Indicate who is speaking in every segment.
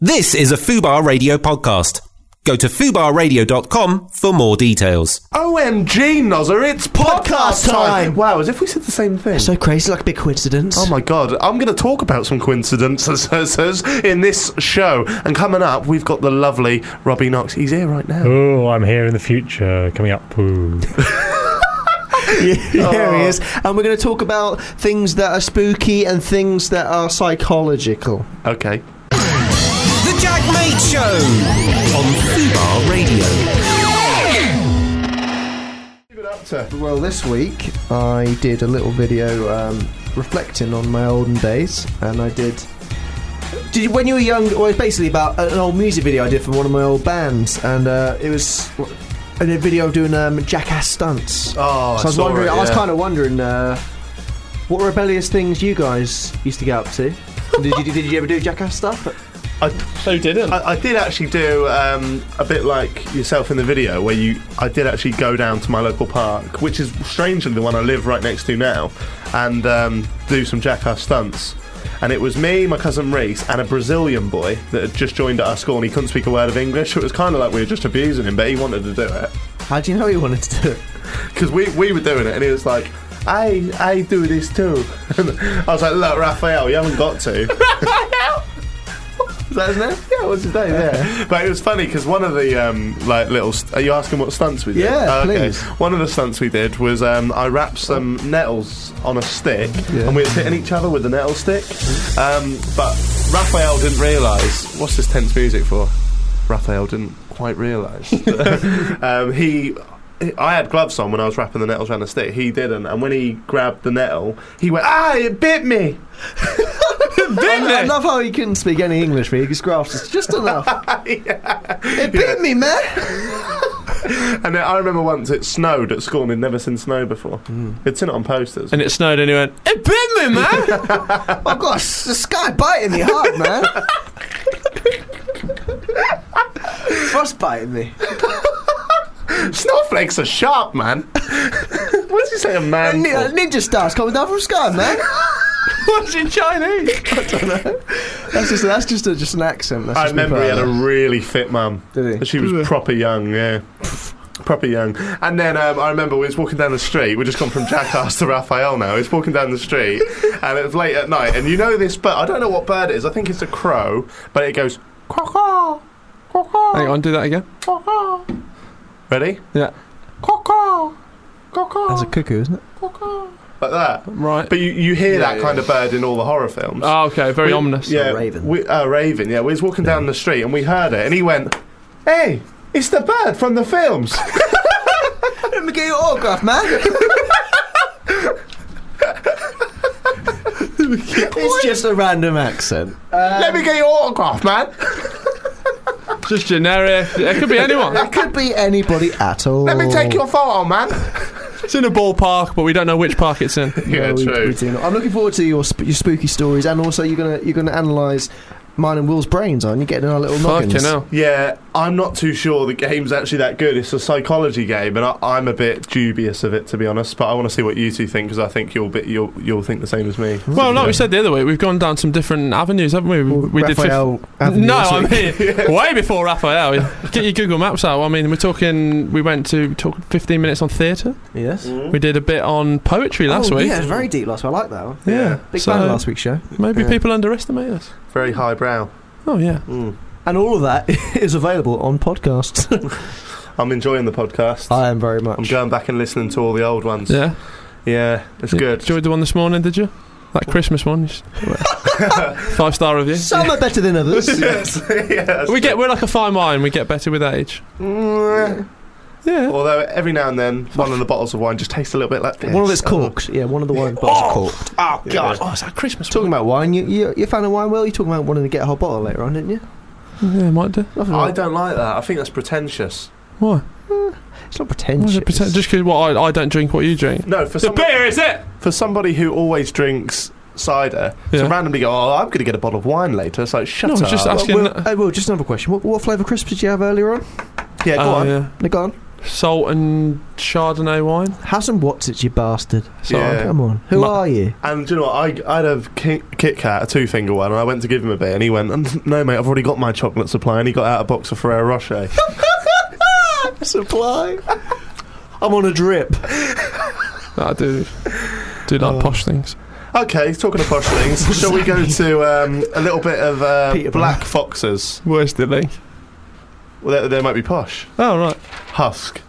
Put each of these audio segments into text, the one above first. Speaker 1: This is a Fubar Radio podcast. Go to fubarradio.com for more details.
Speaker 2: OMG, Nozzer, it's podcast,
Speaker 3: Podcast
Speaker 2: time.
Speaker 3: time.
Speaker 2: Wow, as if we said the same thing.
Speaker 3: So crazy, like a big coincidence.
Speaker 2: Oh my god, I'm going to talk about some coincidences in this show. And coming up, we've got the lovely Robbie Knox. He's here right now.
Speaker 4: Oh, I'm here in the future. Coming up. Ooh.
Speaker 3: Here he is. And we're going to talk about things that are spooky and things that are psychological.
Speaker 2: Okay.
Speaker 1: The Jack Mate Show on Fubar Radio.
Speaker 3: Well, this week I did a little video um, reflecting on my olden days, and I did. Did you, when you were young? Well, it's basically about an old music video I did for one of my old bands, and uh, it was in a video of doing um, jackass stunts.
Speaker 2: Oh,
Speaker 3: so I was wondering. I was kind of wondering uh, what rebellious things you guys used to get up to. did you did you ever do jackass stuff?
Speaker 2: I,
Speaker 5: So didn't.
Speaker 2: I, I did actually do um, a bit like yourself in the video, where you. I did actually go down to my local park, which is strangely the one I live right next to now, and um, do some jackass stunts. And it was me, my cousin Reese, and a Brazilian boy that had just joined at our school, and he couldn't speak a word of English. It was kind of like we were just abusing him, but he wanted to do it.
Speaker 3: How do you know you wanted to do it?
Speaker 2: because we, we were doing it, and he was like, I I do this too. And I was like, look, Raphael, you haven't got to. Is that his name? Yeah, what's his
Speaker 3: Oh,
Speaker 2: name? Yeah. but it was funny because one of the um, like little. St- are you asking what stunts we did? Uh,
Speaker 3: Yeah, please.
Speaker 2: One of the stunts we did was um, I wrapped some nettles on a stick,
Speaker 3: Yeah.
Speaker 2: and we were hitting each other with the nettle stick. Um, but Raphael didn't realise what's this tense music for. Raphael didn't quite realise. um, he, I had gloves on when I was wrapping the nettles around the stick. He didn't, and when he grabbed the nettle, he went, "Ah, it bit me."
Speaker 3: I love how he couldn't speak any English, but he just grasped it just enough. It bit me, man.
Speaker 2: And then I remember once it snowed at school, and he'd never seen snow before.
Speaker 3: Mm.
Speaker 2: He'd seen it on posters.
Speaker 5: and it snowed and he went, It bit me, man!
Speaker 3: I've got a, s- a sky biting me hard, man. Frost biting me.
Speaker 2: Snowflakes are sharp, man. what did you say, a man?
Speaker 3: Ni- uh,
Speaker 2: for?
Speaker 3: ninja stars coming down from sky, man.
Speaker 5: What's in Chinese?
Speaker 3: That's just that's just a, just an accent. That's
Speaker 2: I
Speaker 3: just me
Speaker 2: remember he had a
Speaker 3: proud of.
Speaker 2: really fit mum.
Speaker 3: Did he?
Speaker 2: And She was proper young, yeah. Proper young. And then um, I remember we was walking down the street. We'd just gone from Jackass to Raphael now. He's walking down the street and it was late at night. And you know this bird. I don't know what bird it is. I think it's a crow, but it goes, quack, quack, quack, quack,
Speaker 5: Hang on, do that again.
Speaker 2: quack, quack. Ready?
Speaker 5: Yeah.
Speaker 2: Quack, quack, quack, quack,
Speaker 3: That's a cuckoo, isn't it?
Speaker 2: quack, quack. Like that.
Speaker 5: Right.
Speaker 2: But you, you hear that kind of bird in all the horror films.
Speaker 5: Oh, okay, very
Speaker 2: We-
Speaker 5: ominous.
Speaker 2: Yeah,
Speaker 3: A raven.
Speaker 2: We, uh, Raven. Yeah, we was walking down the street and we heard it, and he went, "Hey, it's the bird from the films."
Speaker 3: Let me get your autograph, man. it's just a random accent.
Speaker 2: Let me get your autograph, man.
Speaker 5: Just generic. It could be anyone.
Speaker 3: It could be anybody at all.
Speaker 2: Let me take your photo, man.
Speaker 5: it's in a ballpark, but we don't know which park it's in.
Speaker 2: yeah,
Speaker 3: No, we- we
Speaker 2: true.
Speaker 3: do not. I'm looking forward to your sp- your spooky stories, and also you're gonna you're gonna analyse mine and Will's brains, aren't you? Getting our little noggins.
Speaker 5: Fucking hell.
Speaker 2: Yeah, I'm not too sure the game's actually that good. It's a psychology game, and I, I'm a bit dubious of it to be honest. But I want to see what you two think because I think you'll be, you'll you'll think the same as me.
Speaker 5: Well, like we said the other week, we've gone down some different avenues, haven't we? We, we
Speaker 3: Raphael
Speaker 5: fif-
Speaker 3: Avenue
Speaker 5: No,
Speaker 3: this
Speaker 5: I
Speaker 3: week.
Speaker 5: mean, way before Raphael. Get your Google Maps out. I mean, we're talking, we went to talk 15 minutes on theatre.
Speaker 3: Yes.
Speaker 5: We did a bit on poetry last
Speaker 3: oh,
Speaker 5: week.
Speaker 3: Yeah, it's very deep last week. I like that one.
Speaker 2: Yeah,
Speaker 3: Big
Speaker 5: So-
Speaker 3: fan last week's show.
Speaker 5: Maybe
Speaker 3: Yeah.
Speaker 5: people underestimate us.
Speaker 2: very highbrow.
Speaker 5: Oh, yeah.
Speaker 2: Mm.
Speaker 3: And all of that is available on podcasts.
Speaker 2: I'm enjoying the podcast.
Speaker 3: I am very much.
Speaker 2: I'm going back and listening to all the old ones.
Speaker 5: Yeah.
Speaker 2: Yeah, it's
Speaker 5: You
Speaker 2: good.
Speaker 5: Enjoyed the one this morning, did you? That Christmas one. you s- Five star review.
Speaker 3: Some are better than others.
Speaker 2: yes, yes.
Speaker 5: We get we're like a fine wine. We get better with age.
Speaker 2: Mm.
Speaker 5: Yeah.
Speaker 2: Although every now and then, one of the bottles of wine just tastes a little bit like piss.
Speaker 3: One of it's corked. Yeah, one of the wine bottles corked.
Speaker 2: Oh god!
Speaker 5: Oh, it's that Christmas
Speaker 3: Talking about wine, you, you, you found a wine well. You're talking about wanting to get a hot bottle later on, didn't you?
Speaker 5: one. Yeah, might do.
Speaker 3: Nothing
Speaker 2: I
Speaker 3: wrong.
Speaker 2: don't like that. I think that's pretentious.
Speaker 5: Why?
Speaker 3: It's not
Speaker 2: Mm,
Speaker 5: Why
Speaker 3: pretentious.
Speaker 5: is it pretend? Just because what I, I don't drink what you drink.
Speaker 2: No, for
Speaker 5: The
Speaker 2: somebody,
Speaker 5: beer is it?
Speaker 2: for somebody who always drinks cider to
Speaker 5: Yeah.
Speaker 2: randomly go, "Oh, I'm going to get a bottle of wine later." It's like shut
Speaker 5: No,
Speaker 2: up.
Speaker 5: it's just
Speaker 3: Well,
Speaker 5: asking-
Speaker 3: Will, hey, Will, just another question. What, what flavour crisps did you have earlier on?
Speaker 2: yeah, go
Speaker 5: Oh,
Speaker 2: on.
Speaker 5: yeah.
Speaker 3: They're gone.
Speaker 5: salt and Chardonnay wine.
Speaker 3: Have some Watsits, you bastard.
Speaker 5: So
Speaker 2: Yeah.
Speaker 3: Come on. Who
Speaker 5: Ma-
Speaker 3: are you?
Speaker 2: And do you know what? I, I'd have Kit, Kit Kat, a two finger one, and I went to give him a bit, and he went, No, mate, I've already got my chocolate supply, and he got out a box of Ferrero Rocher.
Speaker 3: Supply. I'm on a drip.
Speaker 5: I do do
Speaker 2: Oh.
Speaker 5: like posh things.
Speaker 2: okay, talking of posh things, shall we go to um, a little bit of uh,
Speaker 3: Peter
Speaker 2: black foxes?
Speaker 5: Where's the link?
Speaker 2: Well, they, they might be posh.
Speaker 5: Oh right.
Speaker 2: Husk.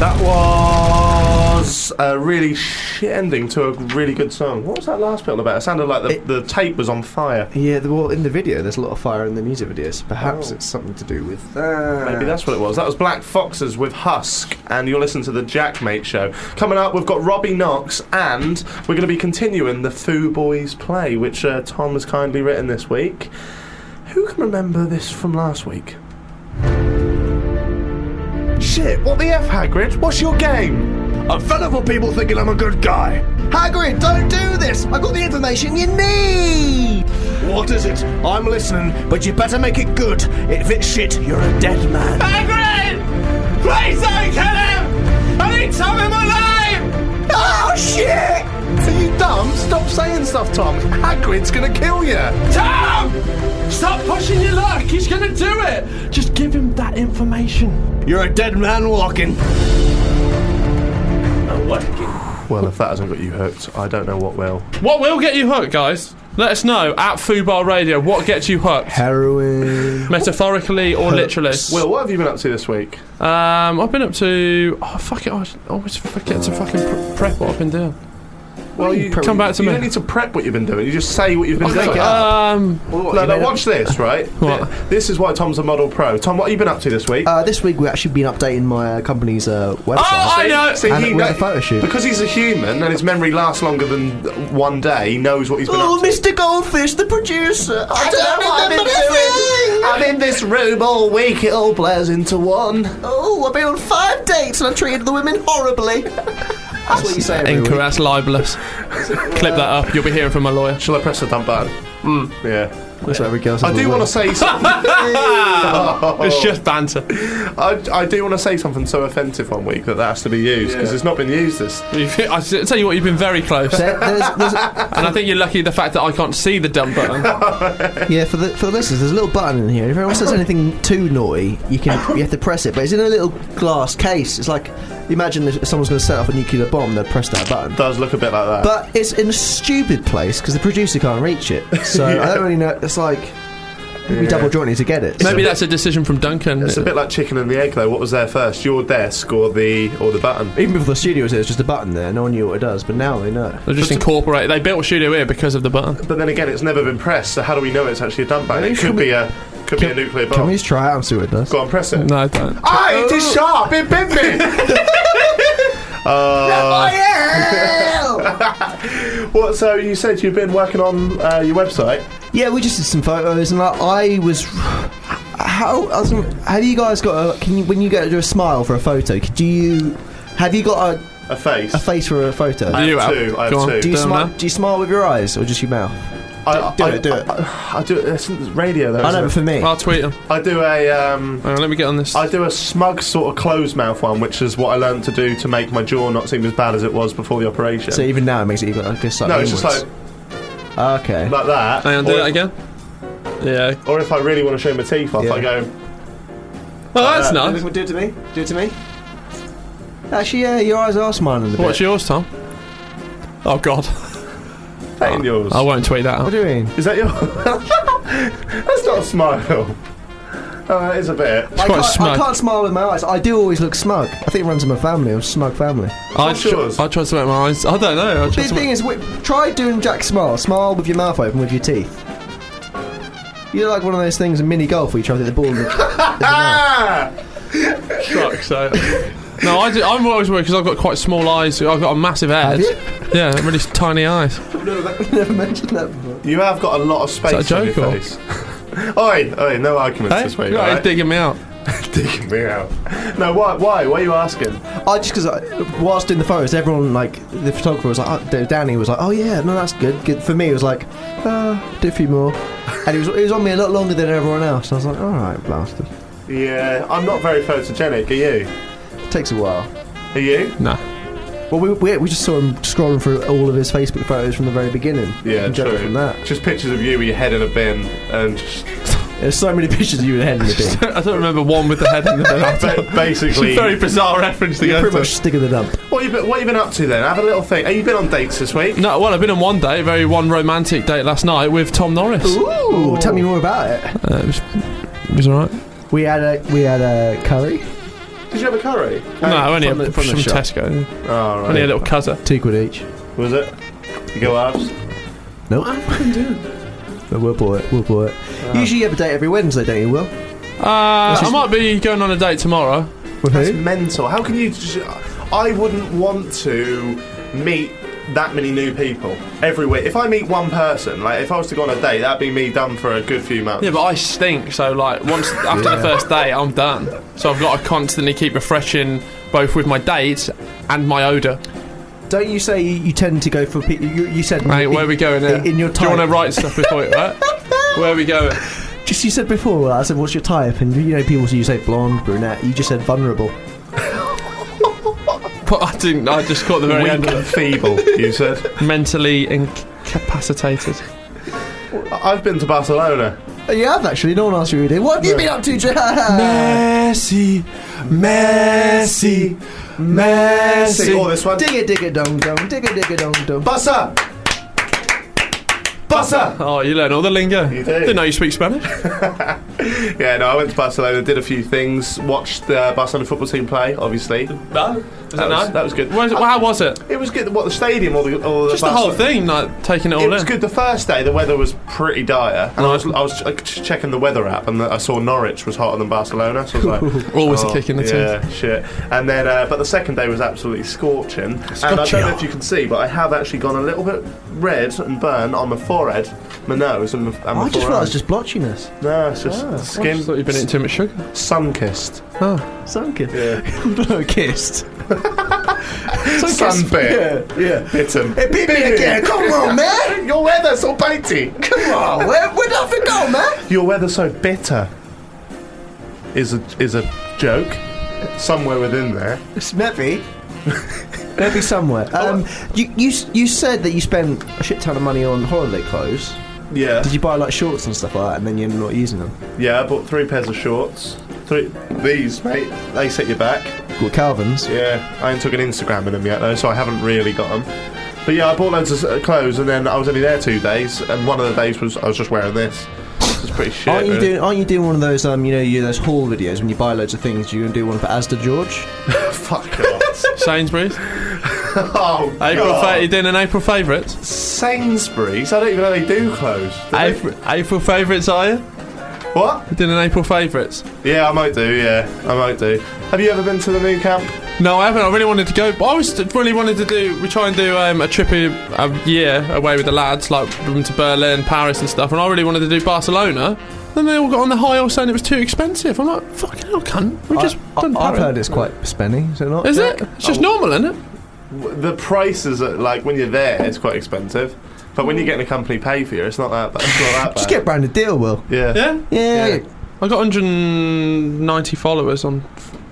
Speaker 2: That was a really shit ending to a really good song. What was that last bit on about? It sounded like the,
Speaker 3: It-
Speaker 2: the tape was on fire.
Speaker 3: Yeah, the- well, in the video, there's a lot of fire in the music videos. Perhaps
Speaker 2: Oh.
Speaker 3: it's something to do with uh, that.
Speaker 2: Maybe that's what it was. That was Black Foxes with Husk, and you're listening to the Jackmate Show. Coming up, we've got Robbie Knox, and we're going to be continuing the Foo Boys play, which uh, Tom has kindly written this week. Who can remember this from last week? Shit, what the F, Hagrid? What's your game? I'm fed up with people thinking I'm a good guy.
Speaker 3: Hagrid, don't do this! I got the information you need!
Speaker 2: What is it?
Speaker 3: I'm listening, but you better make it good. If it's shit, you're a dead man.
Speaker 2: Hagrid! Please don't kill him! I need Tom in my life! Oh, shit! Are you dumb? Stop saying stuff, Tom. Hagrid's gonna kill you.
Speaker 5: Tom! Stop pushing your luck. He's gonna do it. Just give him that information.
Speaker 3: You're a dead man walking.
Speaker 2: Well, if that hasn't got you hooked, I don't know what will.
Speaker 5: What will get you hooked, guys? Let us know at Fubar Radio what gets you hooked,
Speaker 3: Heroin.
Speaker 5: metaphorically or literally.
Speaker 2: Will, what have you been up to this week?
Speaker 5: Um, I've been up to. Oh fuck it! I always forget to fucking pre- prep what I've been doing.
Speaker 2: Well, you
Speaker 5: Come back to
Speaker 2: you
Speaker 5: me.
Speaker 2: don't need to prep what you've been doing. You just say what you've been doing.
Speaker 5: Um,
Speaker 2: no, no, watch this, right?
Speaker 5: What?
Speaker 2: This is why Tom's a model pro. Tom, what have you been up to this week?
Speaker 3: Uh, this week we've actually been updating my uh, company's uh, website.
Speaker 5: Oh, I know.
Speaker 2: See,
Speaker 3: And
Speaker 2: he
Speaker 3: we
Speaker 2: kno-
Speaker 3: had a photo shoot.
Speaker 2: Because he's a human and his memory lasts longer than one day, he knows what he's been up to.
Speaker 3: Mr. Oh, Goldfish, the producer. I,
Speaker 2: don't know what I've been doing. I'm in this room all week. It all blurs into one.
Speaker 3: Oh, I've been on five dates and I treated the women horribly. That's what you say. Every week.
Speaker 5: incorrect, libelous. Clip that up. You'll be hearing from my lawyer.
Speaker 2: Shall I press the dump button?
Speaker 3: Hmm.
Speaker 2: Yeah.
Speaker 3: That's what every girl says.
Speaker 2: I do want to say something. Oh.
Speaker 5: It's just banter.
Speaker 2: I, I do want to say something so offensive one week that that has to be used because it's not been used this.
Speaker 5: You've- I s- tell you what, you've been very close, and
Speaker 3: There- there's- there's a-
Speaker 5: I think you're lucky the fact that I can't see the dump button.
Speaker 3: yeah, for the for the listeners, there's a little button in here. If anyone says anything too naughty, you can you have to press it. But it's in a little glass case. It's like imagine if someone's going to set off a nuclear bomb, they'd press that button.
Speaker 2: Does look a bit like that.
Speaker 3: But it's in a stupid place because the producer can't reach it. So I don't really know. It's like we double jointed to get it.
Speaker 5: Maybe that's a decision from Duncan.
Speaker 2: it's a bit like chicken and the egg, though. What was there first, your desk or the or the button?
Speaker 3: Even before the studio was here, it's just a button there. No one knew what it does, but now they know.
Speaker 5: They're just incorporated. They built a studio here because of the button.
Speaker 2: But then again, it's never been pressed. So how do we know it's actually a dump button? It could be a could be a nuclear
Speaker 3: Can we
Speaker 2: bomb.
Speaker 3: just try it out and see what it does?
Speaker 2: Go on, press it.
Speaker 5: No, I don't.
Speaker 2: Ah, it
Speaker 3: Oh.
Speaker 2: is sharp. It bit me. Uh, what? So you said you've been working on uh, your website.
Speaker 3: yeah, we just did some photos, and like, I was. How I was, have you guys got a? Can you when you go to do a smile for a photo? Do you have you got a,
Speaker 2: A face.
Speaker 3: a face for a photo?
Speaker 2: I
Speaker 5: You
Speaker 2: have
Speaker 5: out.
Speaker 2: two. I have
Speaker 5: Go on.
Speaker 2: two.
Speaker 3: do you
Speaker 5: don't
Speaker 3: smile?
Speaker 5: know.
Speaker 3: Do you smile with your eyes or just your mouth?
Speaker 2: I,
Speaker 3: Do
Speaker 2: I,
Speaker 3: it, do it.
Speaker 2: I, I do it. It's radio though.
Speaker 3: I
Speaker 2: isn't
Speaker 3: know, but
Speaker 2: it?
Speaker 3: for me,
Speaker 5: I'll tweet him.
Speaker 2: I do a um,
Speaker 5: Hang on, let me get on this.
Speaker 2: I do a smug sort of closed mouth one, which is what I learned to do to make my jaw not seem as bad as it was before the operation.
Speaker 3: so even now it makes it even. Like, just like
Speaker 2: no, it's just like
Speaker 3: inwards. okay.
Speaker 2: like that.
Speaker 5: Hang on, do
Speaker 2: or,
Speaker 5: that again. Yeah.
Speaker 2: or if I really want to show my teeth off,
Speaker 3: Yeah.
Speaker 2: I go.
Speaker 5: Oh, that's
Speaker 2: Uh,
Speaker 5: nice.
Speaker 3: Do it to me. Do it to me. Actually, yeah, your eyes are smiling a bit.
Speaker 5: What's yours, Tom? Oh God,
Speaker 2: That
Speaker 3: Oh.
Speaker 2: ain't yours.
Speaker 5: I won't tweet that
Speaker 3: What
Speaker 5: out.
Speaker 3: do you mean?
Speaker 2: Is that your? That's not a smile. Oh, that is a bit.
Speaker 3: I
Speaker 5: quite
Speaker 3: can't,
Speaker 5: smug.
Speaker 3: I can't smile with my eyes. I do always look smug. I think it runs in my family. I'm a smug family.
Speaker 5: I,
Speaker 2: What's yours?
Speaker 5: I tried to make my eyes. I don't know. I tried
Speaker 3: The
Speaker 5: to make,
Speaker 3: thing is, wi- try doing Jack smile. Smile with your mouth open, with your teeth. You're like one of those things in mini golf where you try to hit the ball. in the-
Speaker 2: Ah!
Speaker 5: truck, so. No, I do, I'm always worried because I've got quite small eyes. I've got a massive head.
Speaker 3: you?
Speaker 5: Yeah, really tiny eyes.
Speaker 3: Never mentioned that before.
Speaker 2: You have got a lot of space
Speaker 5: that a
Speaker 2: on
Speaker 5: joke
Speaker 2: your
Speaker 5: or-
Speaker 2: face. oi, oi, no arguments
Speaker 5: Hey?
Speaker 2: this week.
Speaker 5: Right,
Speaker 2: alright?
Speaker 5: he's digging me out.
Speaker 2: Digging me out. No, why? Why? Why are you asking?
Speaker 3: I just because whilst in the photos, everyone like the photographer was like, oh, D- Danny was like, oh yeah, no, that's good. good. For me, it was like, uh, do a few more, and it was it was on me a lot longer than everyone else. And I was like, all right, bastard,
Speaker 2: Yeah, I'm not very photogenic. Are you?
Speaker 3: takes a while.
Speaker 2: Are you?
Speaker 5: Nah.
Speaker 3: Well, we, we, we just saw him scrolling through all of his Facebook photos from the very beginning.
Speaker 2: Yeah,
Speaker 3: and judging
Speaker 2: true.
Speaker 3: from that,
Speaker 2: Just pictures of you with your head in a bin, and just
Speaker 3: there's so many pictures of you with a head in the bin.
Speaker 5: I don't remember one with the head in the middle.
Speaker 2: ba-
Speaker 5: It's a
Speaker 2: basically.
Speaker 5: very bizarre reference to
Speaker 3: You're
Speaker 5: go
Speaker 3: pretty
Speaker 5: to.
Speaker 3: much stick in the dump.
Speaker 2: What you been, what you been up to then? Have a little thing. Have you been on dates this week?
Speaker 5: No, well, I've been on one date, very one romantic date last night with Tom Norris.
Speaker 3: Ooh, tell me more about it.
Speaker 5: Uh, it was, it was alright.
Speaker 3: We had a we had a curry,
Speaker 2: Did you have a curry?
Speaker 5: no, only
Speaker 3: from
Speaker 5: a,
Speaker 3: the- from the
Speaker 5: from
Speaker 3: shop.
Speaker 5: Tesco.
Speaker 2: Oh, right.
Speaker 5: Only a little cutter.
Speaker 3: two quid each.
Speaker 2: Was it? You go abs?
Speaker 3: No, but we'll buy it. We'll buy it. Usually, you have a date every Wednesday, don't you, Will?
Speaker 5: Uh, I might be going on a date tomorrow.
Speaker 3: With
Speaker 2: That's
Speaker 3: who?
Speaker 2: mental. How can you? Just, I wouldn't want to meet that many new people every week. If I meet one person, like if I was to go on a date, that'd be me done for a good few months.
Speaker 5: Yeah, but I stink, so like once after the first date, I'm done. So I've got to constantly keep refreshing both with my date and my odour.
Speaker 3: Don't you say you, you tend to go for people? You, you said
Speaker 5: Mate, where are we going here?
Speaker 3: in your
Speaker 5: Do you want to
Speaker 3: type.
Speaker 5: write stuff before it? What? Where are we going?
Speaker 3: Just you said before. Will, I said, "What's your type?" And you know, people say you say blonde, brunette. You just said vulnerable.
Speaker 5: But I didn't. I just caught the very
Speaker 2: Weak
Speaker 5: end.
Speaker 2: and feeble, you said.
Speaker 5: Mentally incapacitated.
Speaker 2: I've been to Barcelona.
Speaker 3: Uh, You have actually. No one asked you who you did. What have you been up to, Jack?
Speaker 5: Messi,
Speaker 2: Messi, Messi. Oh, this one.
Speaker 3: Digga digga dong dong. Digga digga dong dong.
Speaker 2: Bassa. Bassa.
Speaker 5: Oh, you learn all the lingo.
Speaker 2: You do.
Speaker 5: Didn't know you speak Spanish.
Speaker 2: Yeah, no, I went to Barcelona, did a few things, watched the Barcelona football team play, obviously.
Speaker 5: No,
Speaker 2: That was, that was good.
Speaker 5: Where's, how was it?
Speaker 2: It was good. What the stadium or the, or
Speaker 5: Just the whole thing, like taking it
Speaker 3: Oh,
Speaker 5: all
Speaker 2: It was
Speaker 5: in.
Speaker 2: good. The first day, the weather was pretty dire, and I was I was like, ch- checking the weather app, and I saw Norwich was hotter than Barcelona, so I was like,
Speaker 5: Always
Speaker 2: oh,
Speaker 5: a kick in the
Speaker 2: yeah, shit. And then, uh, but the second day was absolutely scorching, and I don't know if you can see, but I have actually gone a little bit red and burn on my forehead, my nose, and my, and my
Speaker 3: I just thought it
Speaker 2: forearm.
Speaker 3: was just Ah, blotchiness.
Speaker 2: no, it's just
Speaker 5: teeth. I
Speaker 2: skin,
Speaker 5: just thought you'd been eating too much sugar.
Speaker 2: sun kissed.
Speaker 3: Sunken.
Speaker 2: Yeah.
Speaker 3: Blow kissed.
Speaker 2: Sun bit.
Speaker 3: Yeah, yeah.
Speaker 2: Bitten.
Speaker 3: Hey, beat me again. Come on, man.
Speaker 2: Your weather's so bitey.
Speaker 3: Come on. Oh, Where, where did I go, man?
Speaker 2: Your weather so bitter is a is a joke somewhere within there.
Speaker 3: It's Meppy. Meppy somewhere. Um, you, you s- you said that you spent a shit ton of money on holiday clothes.
Speaker 2: Yeah.
Speaker 3: Did you buy like shorts and stuff like that, and then you're not using them?
Speaker 2: Yeah, I bought three pairs of shorts. Three these, mate. They set you back.
Speaker 3: Well, Calvin's.
Speaker 2: Yeah, I ain't took an Instagram in them yet though, so I haven't really got them. But yeah, I bought loads of uh, clothes, and then I was only there two days, and one of the days was I was just wearing this. It's pretty shit.
Speaker 3: Aren't you
Speaker 2: really.
Speaker 3: doing? Aren't you doing one of those? Um, you know, you those haul videos when you buy loads of things. You're gonna do one for Asda George.
Speaker 2: Fuck off.
Speaker 5: Sainsbury's.
Speaker 2: oh,
Speaker 5: April
Speaker 2: God.
Speaker 5: fa- you doing an April favourites?
Speaker 2: Sainsbury's. I don't even know they do clothes. Do they?
Speaker 5: April, April favourites are you?
Speaker 2: What?
Speaker 5: You Doing an April favourites?
Speaker 2: Yeah, I might do. Yeah, I might do. Have you ever been to the new camp?
Speaker 5: No, I haven't. I really wanted to go. But I was really wanted to do. We try and do um, a trip a, a year away with the lads, like we went to Berlin, Paris, and stuff. And I really wanted to do Barcelona. Then they all got on the high all saying it was too expensive. I'm like, fucking hell, cunt. We just
Speaker 3: I,
Speaker 5: done
Speaker 3: have
Speaker 5: Paris.
Speaker 3: heard it's quite spenny, is it not?
Speaker 5: Is it? It's just normal, isn't it?
Speaker 2: The prices, are, like when you're there, it's quite expensive. But when you're getting a company pay for you, it's not that bad. It's not that
Speaker 3: Just
Speaker 2: bad.
Speaker 3: get branded deal, Will.
Speaker 2: Yeah. yeah,
Speaker 5: Yeah.
Speaker 3: Yeah.
Speaker 2: Yeah.
Speaker 5: I got 190 followers on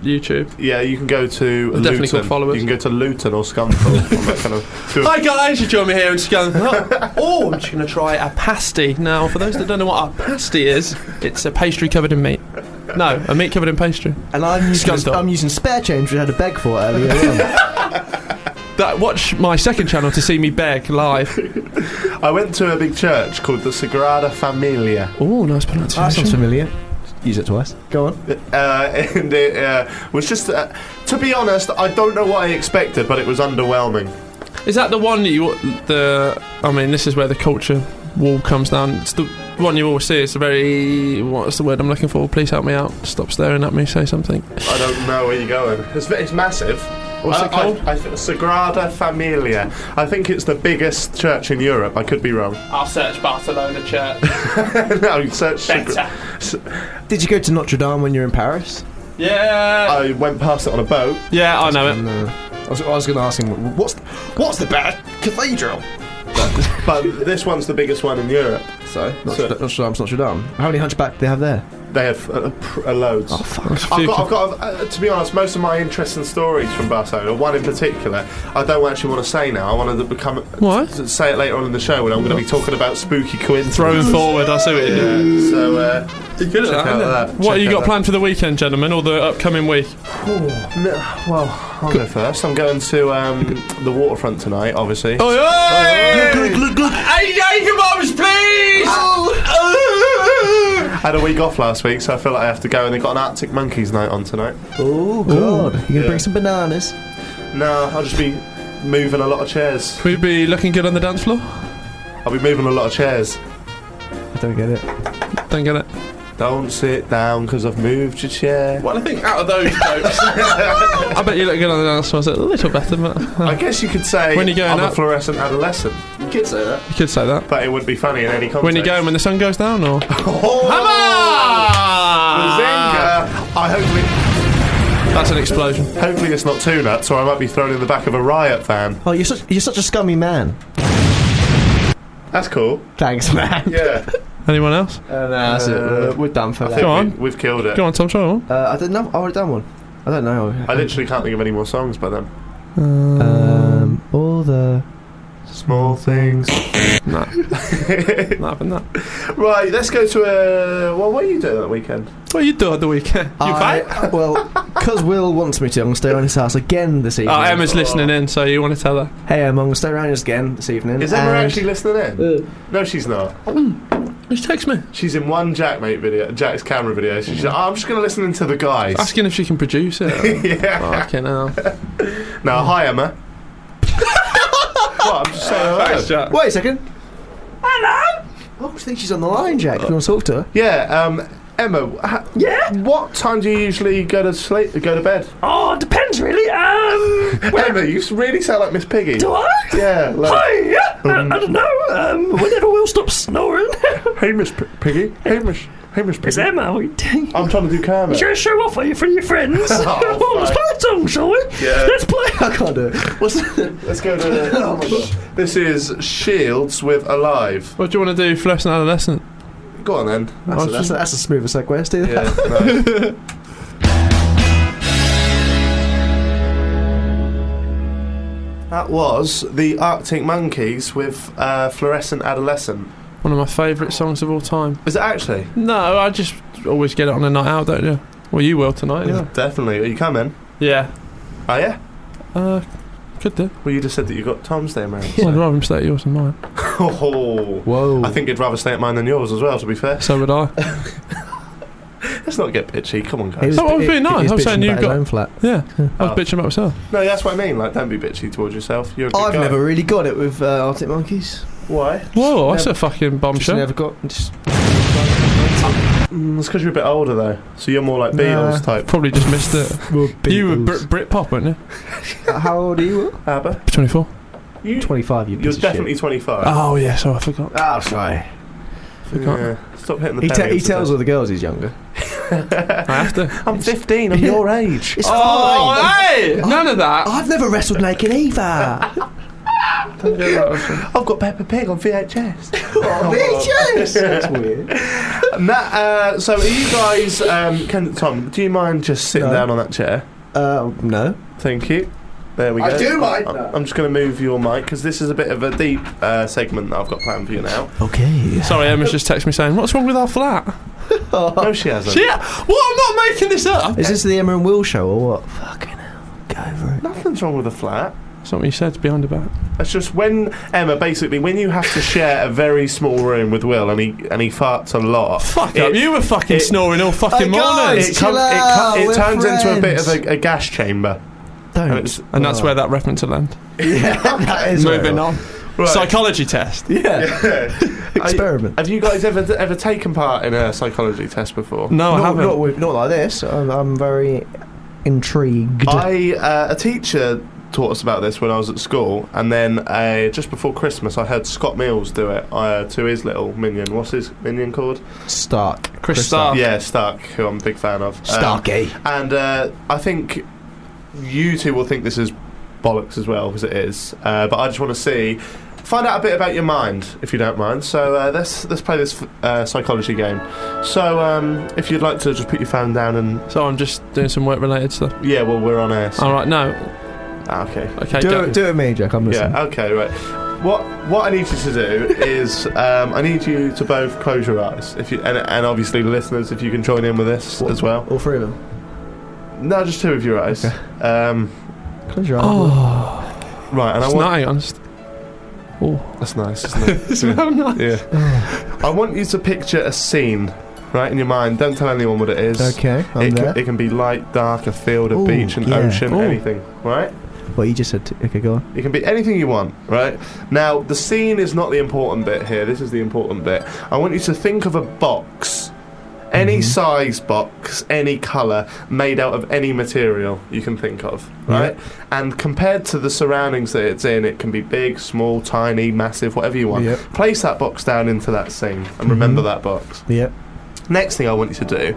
Speaker 5: YouTube.
Speaker 2: You can go to
Speaker 5: They're definitely
Speaker 2: Luton.
Speaker 5: called followers.
Speaker 2: You can go to Luton or Scunthorpe. and that kind of. do a-
Speaker 5: Hi guys, you join me here in Scunthorpe. oh, I'm just going to try a pasty. Now, for those that don't know what a pasty is, it's a pastry covered in meat. No, a meat covered in pastry.
Speaker 3: And I'm using,
Speaker 5: Scunthorpe.
Speaker 3: I'm using spare change, which I had to beg for earlier on.
Speaker 5: That, watch my second channel to see me beg live.
Speaker 2: I went to a big church called the Sagrada Familia,
Speaker 5: Oh, nice
Speaker 3: that sounds
Speaker 5: pronunciation.
Speaker 3: familiar. Use it twice. Go on.
Speaker 2: uh, and it uh, was just. Uh, to be honest, I don't know what I expected, but it was underwhelming.
Speaker 5: Is that the one that you the? I mean, this is where the culture wall comes down. It's the one you always see. It's a very what's the word I'm looking for? Please help me out. Stop staring at me. Say something.
Speaker 2: I don't know where you're going. It's, it's massive.
Speaker 3: What's
Speaker 2: I-
Speaker 3: it called?
Speaker 2: I, I, th- Sagrada Familia. I think it's the biggest church in Europe. I could be wrong.
Speaker 5: I'll search Barcelona church.
Speaker 2: no, search Sagra-
Speaker 5: Better.
Speaker 3: Did you go to Notre Dame when you were in Paris?
Speaker 5: Yeah.
Speaker 2: I went past it on a boat.
Speaker 5: yeah, I know it.
Speaker 3: No. I was, I was going to ask him what's what's the better cathedral?
Speaker 2: But this one's the biggest one in Europe.
Speaker 3: So not,
Speaker 2: So-
Speaker 3: Notre- Notre Dame's Notre Dame. How many hunchback do they have there?
Speaker 2: They have uh, pr- uh, loads.
Speaker 5: Oh,
Speaker 3: fuck.
Speaker 2: I've got, I've got uh, to be honest, most of my interests and stories from Barcelona, one in particular, I don't actually want to say now. I wanted to become.
Speaker 5: What?
Speaker 2: to say it later on in the show when I'm going to be talking about spooky coincidence.
Speaker 5: Thrown forward, I see what you do.
Speaker 2: Yeah, so, uh, check out
Speaker 5: that, isn't it?
Speaker 2: that.
Speaker 5: What have
Speaker 2: check
Speaker 5: you got
Speaker 2: out
Speaker 5: planned for the weekend, gentlemen, or the upcoming week?
Speaker 2: that. No, well, I'll go first. I'm going to um, the waterfront tonight, obviously.
Speaker 5: Oh, yeah! kebabs, please!
Speaker 2: I had a week off last week, so I feel like I have to go, and they've got an Arctic Monkeys night on tonight.
Speaker 3: Oh god! You gonna
Speaker 2: Yeah.
Speaker 3: bring some bananas?
Speaker 2: No, I'll just be moving a lot of chairs.
Speaker 5: We'd be looking good on the dance floor.
Speaker 2: I'll be moving a lot of chairs.
Speaker 3: I don't get it.
Speaker 5: Don't get it.
Speaker 2: Don't sit down because I've moved your chair.
Speaker 5: Well, I think out of those jokes, I bet you look good on the dance floor. It's a little better, but uh,
Speaker 2: I guess you could say
Speaker 5: When you going
Speaker 2: I'm a
Speaker 5: out-
Speaker 2: fluorescent adolescent,
Speaker 3: You could say that.
Speaker 5: you could say that.
Speaker 2: but it would be funny in any context. Oh!
Speaker 5: When you going, when the sun goes down, or hammer?
Speaker 2: Bazinga! I hopefully,
Speaker 5: That's an explosion.
Speaker 2: hopefully it's not too nuts, or I might be thrown in the back of a riot van.
Speaker 3: Oh, you're such you're such a scummy man.
Speaker 2: That's cool.
Speaker 3: Thanks, man.
Speaker 2: Yeah.
Speaker 5: Anyone else?
Speaker 3: Uh, that's it.
Speaker 2: Uh,
Speaker 3: We're, we're done for
Speaker 2: I
Speaker 3: that.
Speaker 2: think
Speaker 5: Go on.
Speaker 2: We, have killed it.
Speaker 5: Go on, Tom. Try one.
Speaker 3: Uh, I don't know. I would have done one. I don't know.
Speaker 2: I literally can't think of any more songs by then.
Speaker 3: Um, all the
Speaker 2: Small things.
Speaker 5: No, not having that.
Speaker 2: Right, let's go to a. Well, what are you doing that weekend?
Speaker 5: What you do at the weekend? You
Speaker 3: I,
Speaker 5: fight?
Speaker 3: Well, because Will wants me to, I'm gonna stay around his house again this evening.
Speaker 5: Oh, Emma's listening in, so you want to tell her?
Speaker 3: Hey, Emma, I'm gonna stay around his again this evening.
Speaker 2: Is Emma
Speaker 3: and-
Speaker 2: actually listening in? No, she's not.
Speaker 5: Just text me,
Speaker 2: She's in one Jackmate video, Jack's camera video. She's like, oh, I'm just going to listen in to the guys.
Speaker 5: asking if she can produce it.
Speaker 2: yeah.
Speaker 5: Fucking hell.
Speaker 2: Now, hi, Emma. what? I'm just saying hello.
Speaker 3: Wait a second. Hello. I just think she's on the line, Jack. Do you want to talk to her?
Speaker 2: Yeah, um, Emma. Ha- yeah. What time do you usually go to sleep? Go to bed?
Speaker 6: Oh, depends really. Um,
Speaker 2: Emma, you s- really sound like Miss Piggy.
Speaker 6: do I?
Speaker 2: Yeah. Like,
Speaker 6: Hey, yeah, Uh, I, I don't know. Um, whenever Will stops snoring,
Speaker 2: hey, Miss P- Piggy. Hey, Miss. Hey, Miss Piggy.
Speaker 6: is Emma. We you
Speaker 2: I'm trying to do Kermit.
Speaker 6: to show off are you for your friends?
Speaker 2: Oh,
Speaker 6: well, let's
Speaker 2: fuck.
Speaker 6: play a song, shall we?
Speaker 2: Yeah.
Speaker 6: Let's play.
Speaker 3: I can't do it. What's
Speaker 2: Let's go to. oh my God. This is Shields with Alive.
Speaker 5: What do you want to do, fluorescent adolescent?
Speaker 2: Go on then.
Speaker 3: That's, a, that's, a, that's a smoother segue. Let's do that.
Speaker 2: Yeah. no. That was the Arctic Monkeys with uh, Fluorescent Adolescent.
Speaker 5: One of my favourite songs of all time.
Speaker 2: Is it actually?
Speaker 5: No, I just always get it on a night out, don't you? Well, you will tonight. Yeah.
Speaker 2: Definitely. Are you coming?
Speaker 5: Yeah.
Speaker 2: Oh yeah.
Speaker 5: Uh, could do.
Speaker 2: Well, you just said that you got Tom's day around.
Speaker 5: I'd rather him stay at yours than mine.
Speaker 2: Oh,
Speaker 3: Whoa.
Speaker 2: I think you'd rather stay at mine than yours as well. To be fair,
Speaker 5: So would I.
Speaker 2: let's not get bitchy. Come on,
Speaker 3: He
Speaker 2: guys.
Speaker 5: Oh, I was
Speaker 3: he-
Speaker 5: being
Speaker 3: he
Speaker 5: nice.
Speaker 3: was
Speaker 5: I was saying
Speaker 3: bitching
Speaker 5: you've
Speaker 3: about his
Speaker 5: got-
Speaker 3: own flat.
Speaker 5: Yeah. I was
Speaker 2: Oh.
Speaker 5: bitching about myself.
Speaker 2: No, that's what I mean. Like, don't be bitchy towards yourself. You're a good
Speaker 3: I've
Speaker 2: guy.
Speaker 3: never really got it with uh, Arctic Monkeys.
Speaker 2: Why?
Speaker 5: Whoa,
Speaker 3: Just
Speaker 5: that's a fucking
Speaker 3: Just
Speaker 5: bombshell.
Speaker 3: never got. Just,
Speaker 2: Mm, it's because you're a bit older though, so you're more like
Speaker 3: Nah.
Speaker 2: Beatles type.
Speaker 5: Probably just missed it. You were Brit, Brit pop, weren't you?
Speaker 3: How old are you?
Speaker 2: ABBA.
Speaker 5: 24.
Speaker 2: You,
Speaker 3: 25. You
Speaker 2: you're definitely 25.
Speaker 5: Oh, yeah, so I forgot.
Speaker 3: Oh, sorry.
Speaker 5: forgot.
Speaker 2: Yeah. Stop hitting the.
Speaker 3: He, te-
Speaker 2: belly
Speaker 3: he
Speaker 2: of the
Speaker 3: tells
Speaker 2: dead.
Speaker 3: all the girls he's younger.
Speaker 5: I have to.
Speaker 2: I'm 15. I'm your age.
Speaker 3: It's
Speaker 5: Oh, hey! Oh, None of that.
Speaker 3: I've never wrestled naked either.
Speaker 2: I've got Peppa Pig on VHS.
Speaker 3: VHS. That's weird.
Speaker 2: And that, uh, so, are you guys? Um, can Tom? Do you mind just sitting
Speaker 3: No.
Speaker 2: down on that chair?
Speaker 3: Uh, no.
Speaker 2: Thank you. There we go.
Speaker 3: I do mind
Speaker 2: I'm,
Speaker 3: that.
Speaker 2: I'm just going to move your mic because this is a bit of a deep uh, segment that I've got planned for you now.
Speaker 3: Okay.
Speaker 5: Sorry, Emma's just texted me saying, What's wrong with our flat?
Speaker 2: No, she hasn't.
Speaker 5: Yeah, well, I'm not making this up.
Speaker 3: Is this the Emma and Will show or what? Fucking hell. Go over it.
Speaker 2: Nothing's wrong with the flat.
Speaker 5: That's not what you said behind the back.
Speaker 2: That's just when Emma, basically, when you have to share a very small room with Will, and he and he farts a lot.
Speaker 5: Fuck
Speaker 2: it,
Speaker 5: up. You were fucking
Speaker 2: it-
Speaker 5: snoring all fucking
Speaker 3: Hey,
Speaker 5: morning.
Speaker 3: guys!
Speaker 2: It, com- it,
Speaker 3: Chill
Speaker 2: com-
Speaker 3: out,
Speaker 2: it
Speaker 3: we're
Speaker 2: turns into a bit
Speaker 3: friends.
Speaker 2: of a, a gas chamber. And
Speaker 3: Don't.
Speaker 2: it's-
Speaker 5: And that's where that reference will end.
Speaker 3: Yeah, that is
Speaker 5: Moving on.
Speaker 2: Right.
Speaker 5: Psychology test.
Speaker 3: Yeah. Experiment.
Speaker 2: Have you guys ever ever taken part in a psychology test before?
Speaker 5: No, I
Speaker 3: not,
Speaker 5: haven't.
Speaker 3: not, with, not like this. I'm, I'm very intrigued.
Speaker 2: I uh, a teacher taught us about this when I was at school, and then uh, just before Christmas, I heard Scott Mills do it uh, to his little minion. What's his minion called?
Speaker 3: Stark.
Speaker 2: Um,
Speaker 5: Chris Stark.
Speaker 2: Yeah, Stark, who I'm a big fan of. Um,
Speaker 3: Starkey.
Speaker 2: and uh, I think you two will think this is bollocks as well as it is. Uh, but I just want to see, find out a bit about your mind, if you don't mind. So uh, let's let's play this uh, psychology game. So um, if you'd like to just put your phone down and
Speaker 5: So I'm just doing some work related stuff.
Speaker 2: yeah, well we're on air. so-
Speaker 5: All right, no,
Speaker 2: Ah, okay.
Speaker 5: okay,
Speaker 3: do,
Speaker 5: go.
Speaker 3: it, do it, me, Jack. I'm listening.
Speaker 2: Yeah. Okay. Right. What what I need you to do is um, I need you to both close your eyes, if you and, and obviously the listeners, if you can join in with this as well.
Speaker 3: All three of them.
Speaker 2: No, just two of your eyes. Um,
Speaker 3: Close your eyes.
Speaker 5: Oh,
Speaker 2: right, and I
Speaker 5: it's
Speaker 2: want
Speaker 5: not honest. Oh,
Speaker 2: That's nice, isn't it?
Speaker 5: it's not nice.
Speaker 2: yeah. I want you to picture a scene, right, in your mind. Don't tell anyone what it is.
Speaker 3: Okay, I'm
Speaker 2: It
Speaker 3: there.
Speaker 2: can, it can be light, dark, a field, a
Speaker 3: Ooh,
Speaker 2: beach, an
Speaker 3: yeah.
Speaker 2: ocean,
Speaker 5: Ooh.
Speaker 2: anything, right?
Speaker 3: well, you just said. T- okay, go on.
Speaker 2: It can be anything you want, right? Now, the scene is not the important bit here. This is the important bit. I want you to think of a box.
Speaker 3: Mm-hmm.
Speaker 2: Any size box, any colour, made out of any material you can think of, right? And compared to the surroundings that it's in, it can be big, small, tiny, massive, whatever you want.
Speaker 3: Yep.
Speaker 2: Place that box down into that scene and remember that box.
Speaker 3: Yep.
Speaker 2: Next thing I want you to do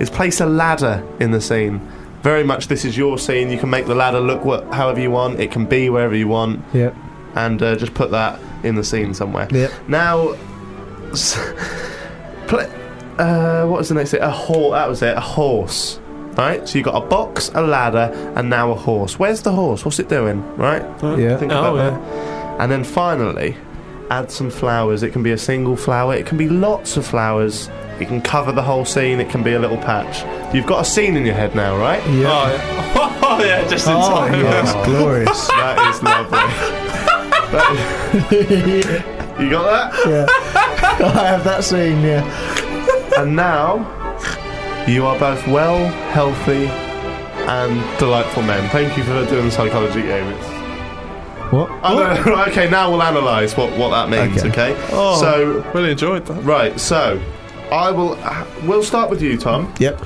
Speaker 2: is place a ladder in the scene. Very much, this is your scene. You can make the ladder look wh- however you want. It can be wherever you want,
Speaker 3: Yep.
Speaker 2: and uh, just put that in the scene somewhere.
Speaker 3: Yep.
Speaker 2: Now, s- pla- uh, what was the next thing? A horse. That was it. A horse. Right. So you got a box, a ladder, and now a horse. Where's the horse? What's it doing? Right.
Speaker 3: Yeah.
Speaker 2: Think
Speaker 5: Oh,
Speaker 2: about
Speaker 5: yeah.
Speaker 2: that. And then finally, add some flowers. It can be a single flower, it can be lots of flowers. It can cover the whole scene, it can be a little patch. You've got a scene in your head now, right?
Speaker 5: Oh, yeah. oh, yeah, just in
Speaker 3: Oh,
Speaker 5: time.
Speaker 3: yes, glorious.
Speaker 2: That is lovely. That- you got that?
Speaker 3: Yeah. I have that scene. Yeah.
Speaker 2: And now, you are both well, healthy, and delightful men. Thank you for doing the psychology game. It's-
Speaker 3: What?
Speaker 2: Oh, no, no, right, okay, now we'll analyse what, what that means, okay?
Speaker 5: Oh.
Speaker 2: So,
Speaker 5: Really enjoyed that.
Speaker 2: Right, so I will. We'll start with you, Tom.
Speaker 3: Yep.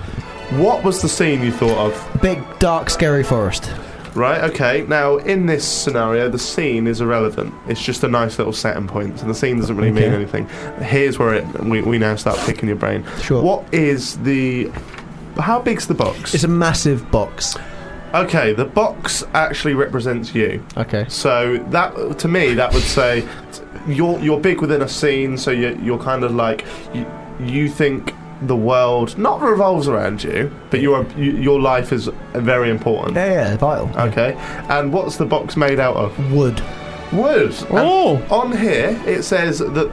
Speaker 2: What was the scene you thought of?
Speaker 3: Big, dark, scary forest.
Speaker 2: Right, okay. Now, in this scenario, the scene is irrelevant. It's just a nice little setting point, so the scene doesn't really mean
Speaker 3: Okay.
Speaker 2: anything. Here's where it we, we now start picking your brain.
Speaker 3: Sure.
Speaker 2: What is the. How big's the box?
Speaker 3: It's a massive box.
Speaker 2: okay, the box actually represents you.
Speaker 3: Okay.
Speaker 2: So that to me, that would say you're you're big within a scene. So you're, you're kind of like you, you think the world not revolves around you, but your you, your life is very important.
Speaker 3: Yeah, yeah, vital.
Speaker 2: Okay, and what's the box made out of?
Speaker 3: Wood.
Speaker 2: Wood. And
Speaker 5: Oh.
Speaker 2: on here it says that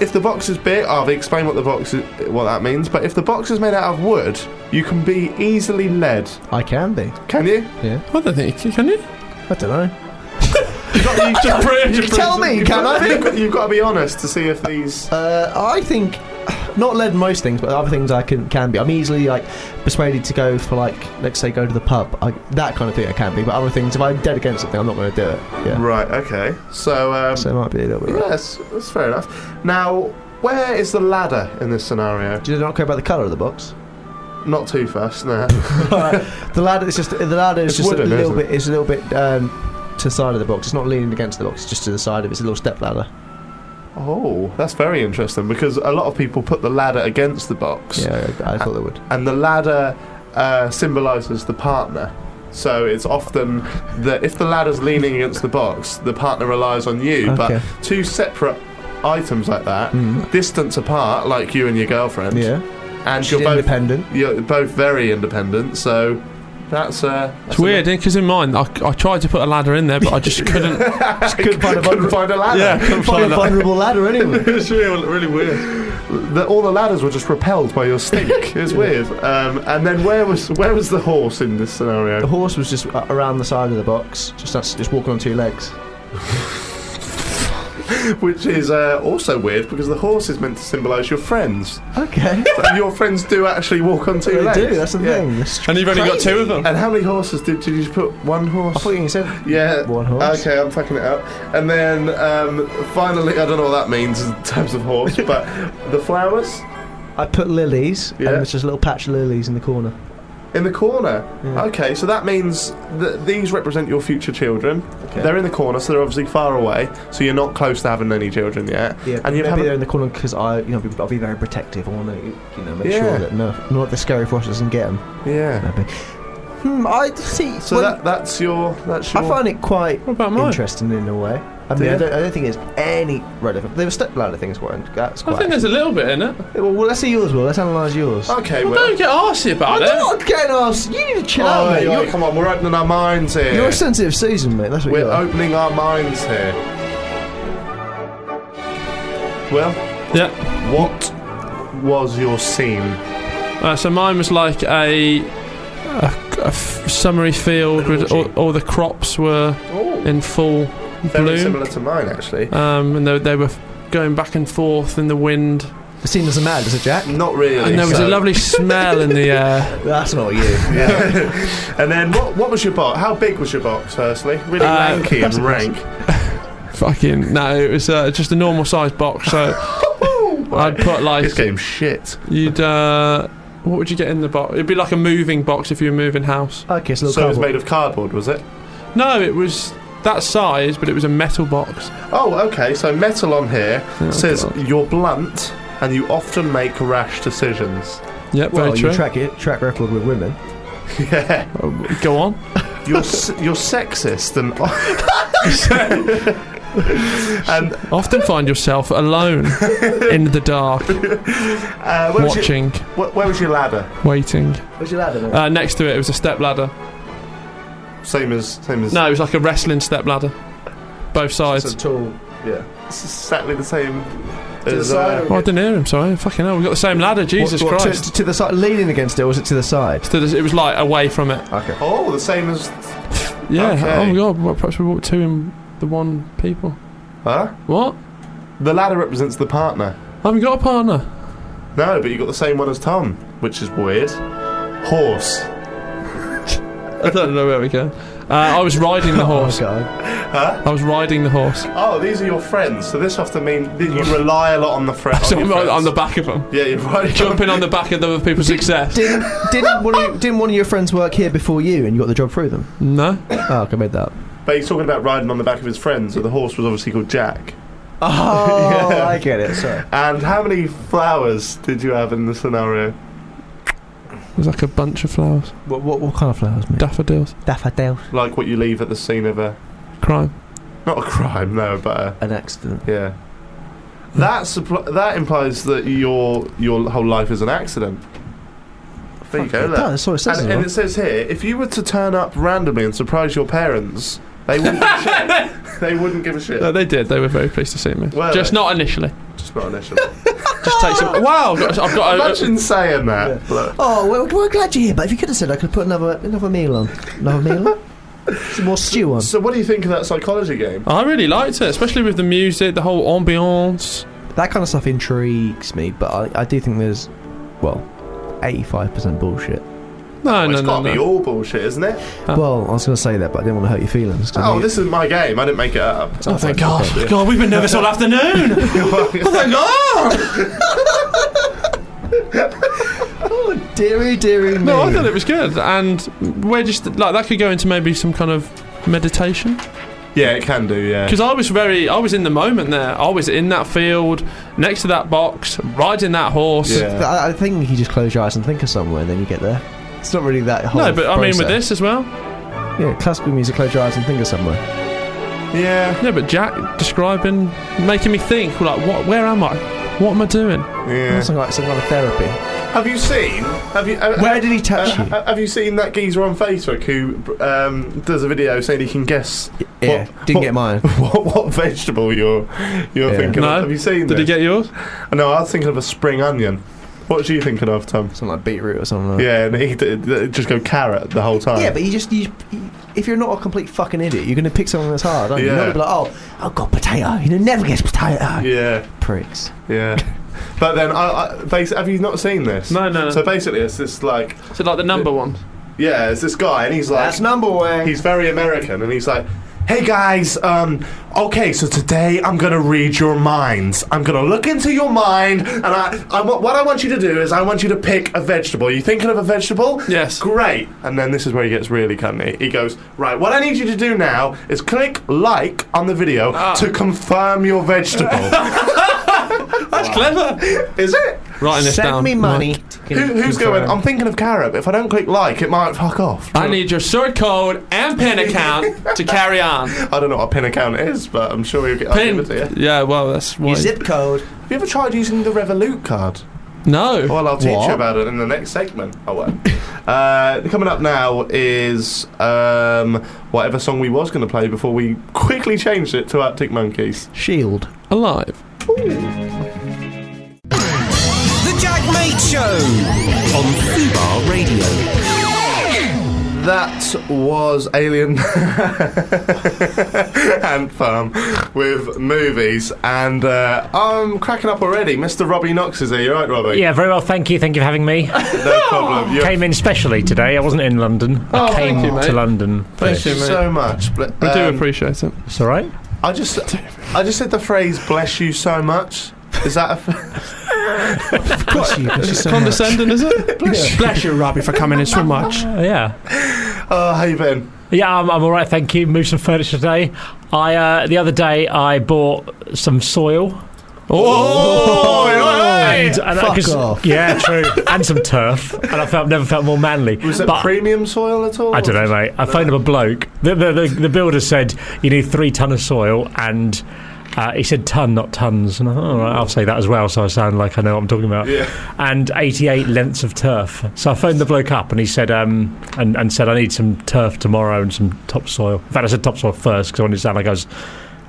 Speaker 2: if the box is big, I'll explain what the box is, what that means. But if the box is made out of wood, you can be easily led.
Speaker 3: I can be.
Speaker 2: Can you?
Speaker 5: I don't think you can. You
Speaker 3: I don't know.
Speaker 5: you just prove, just
Speaker 3: Tell me, can I?
Speaker 2: You've got- you've got to be honest to see if these.
Speaker 3: Uh, I think not led most things, but other things I can can be. I'm easily like persuaded to go for like let's say go to the pub, I, that kind of thing. I can be, but other things if I'm dead against something, I'm not going to do it. Yeah.
Speaker 2: Right. Okay. So, um,
Speaker 3: So it might be a little bit. Right.
Speaker 2: yes, that's fair enough. Now, where is the ladder in this scenario?
Speaker 3: Do you not care about the colour of the box?
Speaker 2: Not too fast, no.
Speaker 3: The ladder is just the ladder is
Speaker 2: It's
Speaker 3: just
Speaker 2: wooden,
Speaker 3: a little
Speaker 2: isn't it?
Speaker 3: bit. It's a little bit um, to the side of the box. It's not leaning against the box. It's just to the side of it. It's a little step ladder.
Speaker 2: oh, that's very interesting because a lot of people put the ladder against the box,
Speaker 3: Yeah, I, I thought it would.
Speaker 2: and the ladder uh, symbolises the partner. So it's often that if the ladder's leaning against the box, the partner relies on you.
Speaker 3: Okay.
Speaker 2: But two separate items like that, distance apart, like you and your girlfriend,
Speaker 3: Yeah,
Speaker 2: and
Speaker 3: she's
Speaker 2: you're both
Speaker 3: independent.
Speaker 2: you're both very independent. So that's uh,
Speaker 5: It's weird, because in mine, I, I tried to put a ladder in there, but I just couldn't.
Speaker 3: Couldn't find
Speaker 2: Couldn't
Speaker 3: a vulnerable,
Speaker 2: find a ladder.
Speaker 5: yeah, couldn't
Speaker 3: find
Speaker 5: find
Speaker 3: a
Speaker 5: that.
Speaker 3: vulnerable ladder anyway.
Speaker 2: it's really, really weird. The, all the ladders were just repelled by your stick. It's weird. Um, and then where was where was the horse in this
Speaker 3: The
Speaker 2: scenario?
Speaker 3: horse was just uh, around the side of the box, just that's just walking on two legs.
Speaker 2: Which is uh, also weird because the horse is meant to symbolise your friends.
Speaker 3: Okay.
Speaker 2: So your friends do actually walk on two
Speaker 3: They
Speaker 2: legs.
Speaker 3: do, that's the
Speaker 2: Yeah.
Speaker 3: thing. It's
Speaker 5: And you've only got two of them.
Speaker 2: And how many horses did, did you put? One horse.
Speaker 3: I thought you said
Speaker 2: Yeah.
Speaker 3: One horse.
Speaker 2: Okay, I'm fucking it up. And then um, finally, I don't know what that means in terms of horse, but the flowers.
Speaker 3: I put lilies,
Speaker 2: Yeah.
Speaker 3: and it's just a little patch of lilies in the corner.
Speaker 2: in the corner. Okay, so that means that these represent your future children. They're in the corner, so they're obviously far away. So you're not close to having any children yet.
Speaker 3: Yeah,
Speaker 2: and
Speaker 3: and
Speaker 2: you
Speaker 3: maybe
Speaker 2: haven't.
Speaker 3: they're in the corner because I, you know, be- I'll be very protective. I want to, you know, make
Speaker 2: Yeah.
Speaker 3: sure that no, not the scary frosh doesn't get them.
Speaker 2: Yeah.
Speaker 3: Hmm, I see.
Speaker 2: So
Speaker 3: when-
Speaker 2: that that's your that's your.
Speaker 3: I find it quite
Speaker 5: What about mine?
Speaker 3: interesting in a way. I mean,
Speaker 2: Yeah.
Speaker 3: I, don't, I don't think it's any relevant. The step ladder things weren't. That's
Speaker 5: I
Speaker 3: quite.
Speaker 5: think there's a little bit in it.
Speaker 3: well, well, let's see yours. Will let's analyse yours.
Speaker 2: okay,
Speaker 5: Well,
Speaker 2: well.
Speaker 5: don't get arsey about
Speaker 3: I'm
Speaker 5: it.
Speaker 3: not getting asked. You need to chill out,
Speaker 2: Oh,
Speaker 3: mate.
Speaker 2: yeah,
Speaker 3: You're,
Speaker 2: come on, we're opening our minds here.
Speaker 3: you're a sensitive Susan, mate. That's what
Speaker 2: We're
Speaker 3: you are.
Speaker 2: opening our minds here. Well,
Speaker 5: Yeah.
Speaker 2: what was your scene?
Speaker 5: Uh, so mine was like a, a, a f- summery field with all, all the crops were in full
Speaker 2: Very
Speaker 5: bloom,
Speaker 2: similar to mine, actually.
Speaker 5: um, and they, they were going back and forth in the wind,
Speaker 3: The scene doesn't matter, does it, Jack?
Speaker 2: Not really.
Speaker 5: and there was
Speaker 2: so-
Speaker 5: a lovely smell in the air.
Speaker 3: That's not you.
Speaker 2: and then, what, what was your box? How big was your box, firstly? Really
Speaker 5: Uh,
Speaker 2: lanky and rank.
Speaker 5: Fucking no, it was uh, just a normal sized box. So I'd put like
Speaker 2: This game's shit.
Speaker 5: you'd uh, what would you get in the box? It'd be like a moving box if you were moving house.
Speaker 3: okay, so,
Speaker 2: So
Speaker 3: little
Speaker 2: it was
Speaker 3: cardboard.
Speaker 2: made of cardboard, was it?
Speaker 5: No, it was that size, but it was a metal box.
Speaker 2: Oh, okay. So metal on here says
Speaker 5: God.
Speaker 2: you're blunt and you often make rash decisions.
Speaker 5: Yep,
Speaker 3: well,
Speaker 5: very
Speaker 3: you
Speaker 5: true.
Speaker 3: track it, track record with women.
Speaker 2: Yeah.
Speaker 5: Oh, Go on.
Speaker 2: You're s- you're sexist and and
Speaker 5: Often find yourself alone in the dark,
Speaker 2: uh, where, was your,
Speaker 5: watching,
Speaker 2: wh- where was your ladder?
Speaker 5: waiting.
Speaker 3: What's your ladder?
Speaker 5: Uh, next to it, it was a step ladder.
Speaker 2: Same as same as
Speaker 5: No, it was like a wrestling step ladder. Both
Speaker 3: it's
Speaker 5: sides.
Speaker 3: a tall.
Speaker 2: Yeah, it's exactly the same as
Speaker 3: side
Speaker 2: uh,
Speaker 3: or-
Speaker 5: Oh, I didn't hear him. Sorry. Fucking hell, we got the same ladder. Jesus
Speaker 3: What- what, to-
Speaker 5: Christ.
Speaker 3: To, the side, leaning against it, or was it to the side?
Speaker 5: So this- It was like away from it.
Speaker 3: Okay.
Speaker 2: oh the same as
Speaker 5: Yeah.
Speaker 2: Okay.
Speaker 5: Oh my god. Well, perhaps we walked two in the one people.
Speaker 2: huh?
Speaker 5: What?
Speaker 2: The ladder represents the partner.
Speaker 5: I haven't got a partner.
Speaker 2: No, but you got the same one as Tom, which is weird. Horse,
Speaker 5: I don't know where we go. Uh, I was riding the horse.
Speaker 3: Oh, God.
Speaker 2: huh?
Speaker 5: I was riding the horse.
Speaker 2: Oh, these are your friends. So this often means that you rely a lot on the friend.
Speaker 5: So
Speaker 2: on,
Speaker 5: I'm
Speaker 2: your
Speaker 5: on,
Speaker 2: friends.
Speaker 5: on the back of him.
Speaker 2: Yeah, you're right.
Speaker 5: Jumping on the back of other people's success.
Speaker 3: Didn't didn't one, of you, didn't one of your friends work here before you, and you got the job through them?
Speaker 5: No.
Speaker 3: Oh, okay, I made that. up.
Speaker 2: But he's talking about riding on the back of his friend. So the horse was obviously called Jack.
Speaker 3: Oh, I get it. Sorry.
Speaker 2: And how many flowers did you have in the scenario?
Speaker 5: It was like a bunch of flowers.
Speaker 3: What, what, what kind of flowers, mate?
Speaker 5: Daffodils.
Speaker 3: Daffodil.
Speaker 2: Like what you leave at the scene of a
Speaker 5: Crime.
Speaker 2: not a crime, no, but a,
Speaker 3: An accident.
Speaker 2: yeah. That suppl- that implies that your your whole life is an accident. There you go.
Speaker 3: It
Speaker 2: look.
Speaker 3: does. That's what it says.
Speaker 2: And,
Speaker 3: as
Speaker 2: and
Speaker 3: well.
Speaker 2: it says here, if you were to turn up randomly and surprise your parents, they wouldn't give a shit. They wouldn't give a shit.
Speaker 5: No, they did. They were very pleased to see me.
Speaker 2: Were
Speaker 5: Just
Speaker 2: they?
Speaker 5: not initially.
Speaker 2: Just not initially.
Speaker 5: Just take some. Wow, I've got, I've got a-
Speaker 2: Imagine saying that. Look,
Speaker 3: Oh, well, we're glad you're here, but if you could have said I could put another another meal on. Another meal on? Some more stew on.
Speaker 2: So what do you think of that psychology game?
Speaker 5: I really liked it, especially with the music, the whole ambiance.
Speaker 3: That kind of stuff intrigues me, but I, I do think there's, well, 85% bullshit.
Speaker 5: No,
Speaker 2: Well,
Speaker 5: no,
Speaker 2: it's
Speaker 5: no,
Speaker 2: got to be
Speaker 5: no.
Speaker 2: all bullshit, isn't it?
Speaker 3: Well, I was going to say that, but I didn't want to hurt your feelings. 'cause
Speaker 2: Oh,
Speaker 3: you-
Speaker 2: this is my game. I didn't make it up.
Speaker 5: Oh, thank God. God, we've been nervous all afternoon.
Speaker 2: Thank
Speaker 5: God!
Speaker 3: Oh, dearie, dearie me.
Speaker 5: No, I thought it was good. And we're just, like, that could go into maybe some kind of meditation.
Speaker 2: Yeah, it can do. Yeah.
Speaker 5: Because I was very, I was in the moment there. I was in that field, next to that box, riding that horse.
Speaker 2: Yeah.
Speaker 3: I, I think you just close your eyes and think of somewhere, and then you get there. It's not really that whole
Speaker 5: No, but I mean, with
Speaker 3: process.
Speaker 5: this as well.
Speaker 3: Yeah, classical music, close your eyes and think of somewhere.
Speaker 2: Yeah.
Speaker 5: Yeah, but Jack describing, making me think, like, what, where am I? What am I doing?
Speaker 2: Yeah.
Speaker 3: It's like some kind of therapy.
Speaker 2: Have you seen? Have you? uh,
Speaker 3: Where did he
Speaker 2: uh,
Speaker 3: touch you?
Speaker 2: uh, have you seen that geezer on Facebook who um, does a video saying he can guess
Speaker 3: Yeah,
Speaker 2: what-
Speaker 3: didn't
Speaker 2: what-
Speaker 3: get mine.
Speaker 2: what, what vegetable you're you're
Speaker 3: Yeah.
Speaker 2: thinking
Speaker 5: No.
Speaker 2: of? Have you seen
Speaker 5: Did he
Speaker 2: this?
Speaker 5: get yours?
Speaker 2: no, I was thinking of a spring onion. What are you thinking of, Tom?
Speaker 3: Something like beetroot or something. Like that.
Speaker 2: Yeah, and he d- d- just go carrot the whole time.
Speaker 3: Yeah, but you just you, you- if you're not a complete fucking idiot, you're going to pick something that's hard, aren't you? You're
Speaker 2: Yeah.
Speaker 3: not going to be like, oh, oh god, potato. You know, never gets potato.
Speaker 2: yeah,
Speaker 3: Pricks.
Speaker 2: yeah. but then, I, I, basi- have you not seen this?
Speaker 5: No, no, no.
Speaker 2: So basically, it's this like,
Speaker 5: So like the number one.
Speaker 2: yeah, it's this guy, and he's like,
Speaker 3: number one.
Speaker 2: he's very American, and he's like, Hey guys, um, okay, so today I'm gonna read your minds. I'm gonna look into your mind, and I, I, wa- what I want you to do is I want you to pick a vegetable. Are you thinking of a vegetable?
Speaker 5: Yes.
Speaker 2: Great. And then this is where he gets really cunty. He goes, right, what I need you to do now is click like on the video
Speaker 5: Ah.
Speaker 2: to confirm your vegetable.
Speaker 5: That's clever.
Speaker 2: is it?
Speaker 5: Writing this
Speaker 3: Send
Speaker 5: down.
Speaker 3: me money.
Speaker 2: Who, who's going? I'm thinking of carrot. but If I don't click like, it might fuck off.
Speaker 5: I need your sort code and pin account to carry on.
Speaker 2: I don't know what a pin account is, but I'm sure we'll get I'll give
Speaker 5: Pin.
Speaker 2: it to you.
Speaker 5: Yeah, well, that's
Speaker 3: Your
Speaker 5: why.
Speaker 3: zip code.
Speaker 2: Have you ever tried using the Revolut card? Oh,
Speaker 5: No.
Speaker 2: Well, I'll teach
Speaker 3: What?
Speaker 2: you about it in the next segment. Oh well. uh, coming up now is um, whatever song we was going to play before we quickly changed it to Arctic Monkeys.
Speaker 3: Shield.
Speaker 5: Alive.
Speaker 1: The Jack Mate Show on Fubar Radio.
Speaker 2: That was Alien and Farm with movies, and uh, I'm cracking up already. Mr. Robbie Knox is here. You right, Robbie?
Speaker 7: Yeah, very well. Thank you. Thank you for having me.
Speaker 2: No problem. You're-
Speaker 7: came in specially today. I wasn't in London.
Speaker 5: Oh,
Speaker 7: I came
Speaker 5: thank you, mate.
Speaker 7: to London.
Speaker 5: Thank you, mate.
Speaker 2: so much. But,
Speaker 5: I do
Speaker 2: um,
Speaker 5: appreciate it.
Speaker 7: It's all right.
Speaker 2: I just, I just said the phrase "bless you so much." Is that a f-
Speaker 5: Condescending, is it?
Speaker 6: Bless you, Robbie, for coming in so much.
Speaker 7: Uh, yeah.
Speaker 2: oh, hey Ben?
Speaker 7: Yeah, I'm, I'm all right. Thank you. Moved some furniture today. I uh, the other day I bought some soil.
Speaker 5: Oh,
Speaker 7: And, and I
Speaker 3: Fuck
Speaker 7: just-
Speaker 3: off.
Speaker 7: Yeah, true. and some turf. And I felt never felt more manly.
Speaker 2: Was it
Speaker 7: But-
Speaker 2: premium soil at all?
Speaker 7: I don't know, mate. I phoned up a bloke. The, the, the, the builder said you need three ton of soil, and uh, he said ton, not tons. And I thought, all right, I'll say that as well, so I sound like I know what I'm talking about.
Speaker 2: Yeah.
Speaker 7: And 88 lengths of turf. So I phoned the bloke up, and he said, um, and, and said I need some turf tomorrow and some topsoil. In fact, I said topsoil first because I wanted to sound like I was.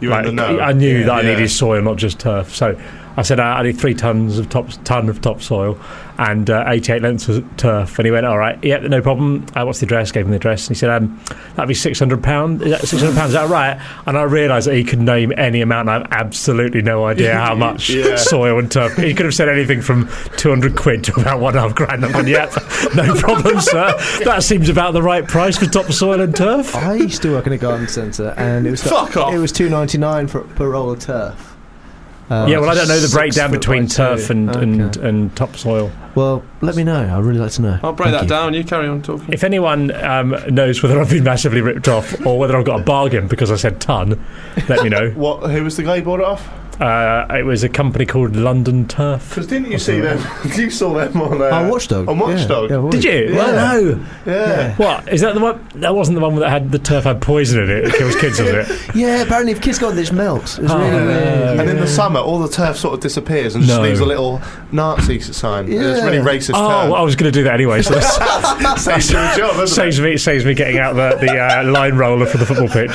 Speaker 2: You
Speaker 7: like,
Speaker 2: were in the know.
Speaker 7: I knew
Speaker 2: Yeah.
Speaker 7: that I
Speaker 2: Yeah.
Speaker 7: needed soil, not just turf. So I said I, I need three tons of top ton of topsoil and uh, 88 lengths of turf. And he went, "All right, yeah, no problem. Uh, what's the address?" Gave him the address, and he said, um, "That'd be 600 pound. 600 pounds, is that right?" And I realised that he could name any amount. And I have absolutely no idea how much
Speaker 2: Yeah.
Speaker 7: soil and turf. He could have said anything from 200 quid to about one and a half grand. I'm going, "Yeah, no problem, sir. That seems about the right price for topsoil and turf."
Speaker 3: I used to work in a garden centre, and it was
Speaker 5: Fuck off.
Speaker 3: It was two ninety nine for per roll of turf. Uh,
Speaker 7: yeah, well, I don't know the
Speaker 3: six
Speaker 7: breakdown
Speaker 3: foot
Speaker 7: between
Speaker 3: by
Speaker 7: turf
Speaker 3: two.
Speaker 7: and, and,
Speaker 3: Okay.
Speaker 7: and topsoil.
Speaker 3: well, let me know. I'd really like to know.
Speaker 5: I'll break
Speaker 3: Thank
Speaker 5: that
Speaker 3: you.
Speaker 5: down. You carry on talking.
Speaker 7: If anyone um, knows whether I've been massively ripped off or whether I've got a bargain because I said ton, let me know.
Speaker 2: What? Who was the guy who bought it off?
Speaker 7: Uh, it was a company called London Turf.
Speaker 2: Because didn't you see them? you saw them on. Uh,
Speaker 3: Oh, watchdog.
Speaker 2: On
Speaker 3: Yeah,
Speaker 2: Watchdog.
Speaker 3: yeah,
Speaker 2: Yeah.
Speaker 3: watch-
Speaker 7: Did
Speaker 2: Yeah.
Speaker 7: you? Well, no. What is that? The one that wasn't the one that had the turf had poison in it. It kills kids, was it?
Speaker 3: Yeah, apparently if kids got this melts. It's
Speaker 7: Oh,
Speaker 3: really weird.
Speaker 7: no.
Speaker 2: And in the summer, all the turf sort of disappears and just
Speaker 7: No.
Speaker 2: leaves a little Nazi sign. Yeah. It's
Speaker 3: Yeah.
Speaker 2: really racist.
Speaker 7: Oh,
Speaker 2: turf.
Speaker 7: well, I was going to do that anyway. So that
Speaker 2: saves you a job, doesn't it?
Speaker 7: saves me saves me getting out the the uh, line roller for the football pitch.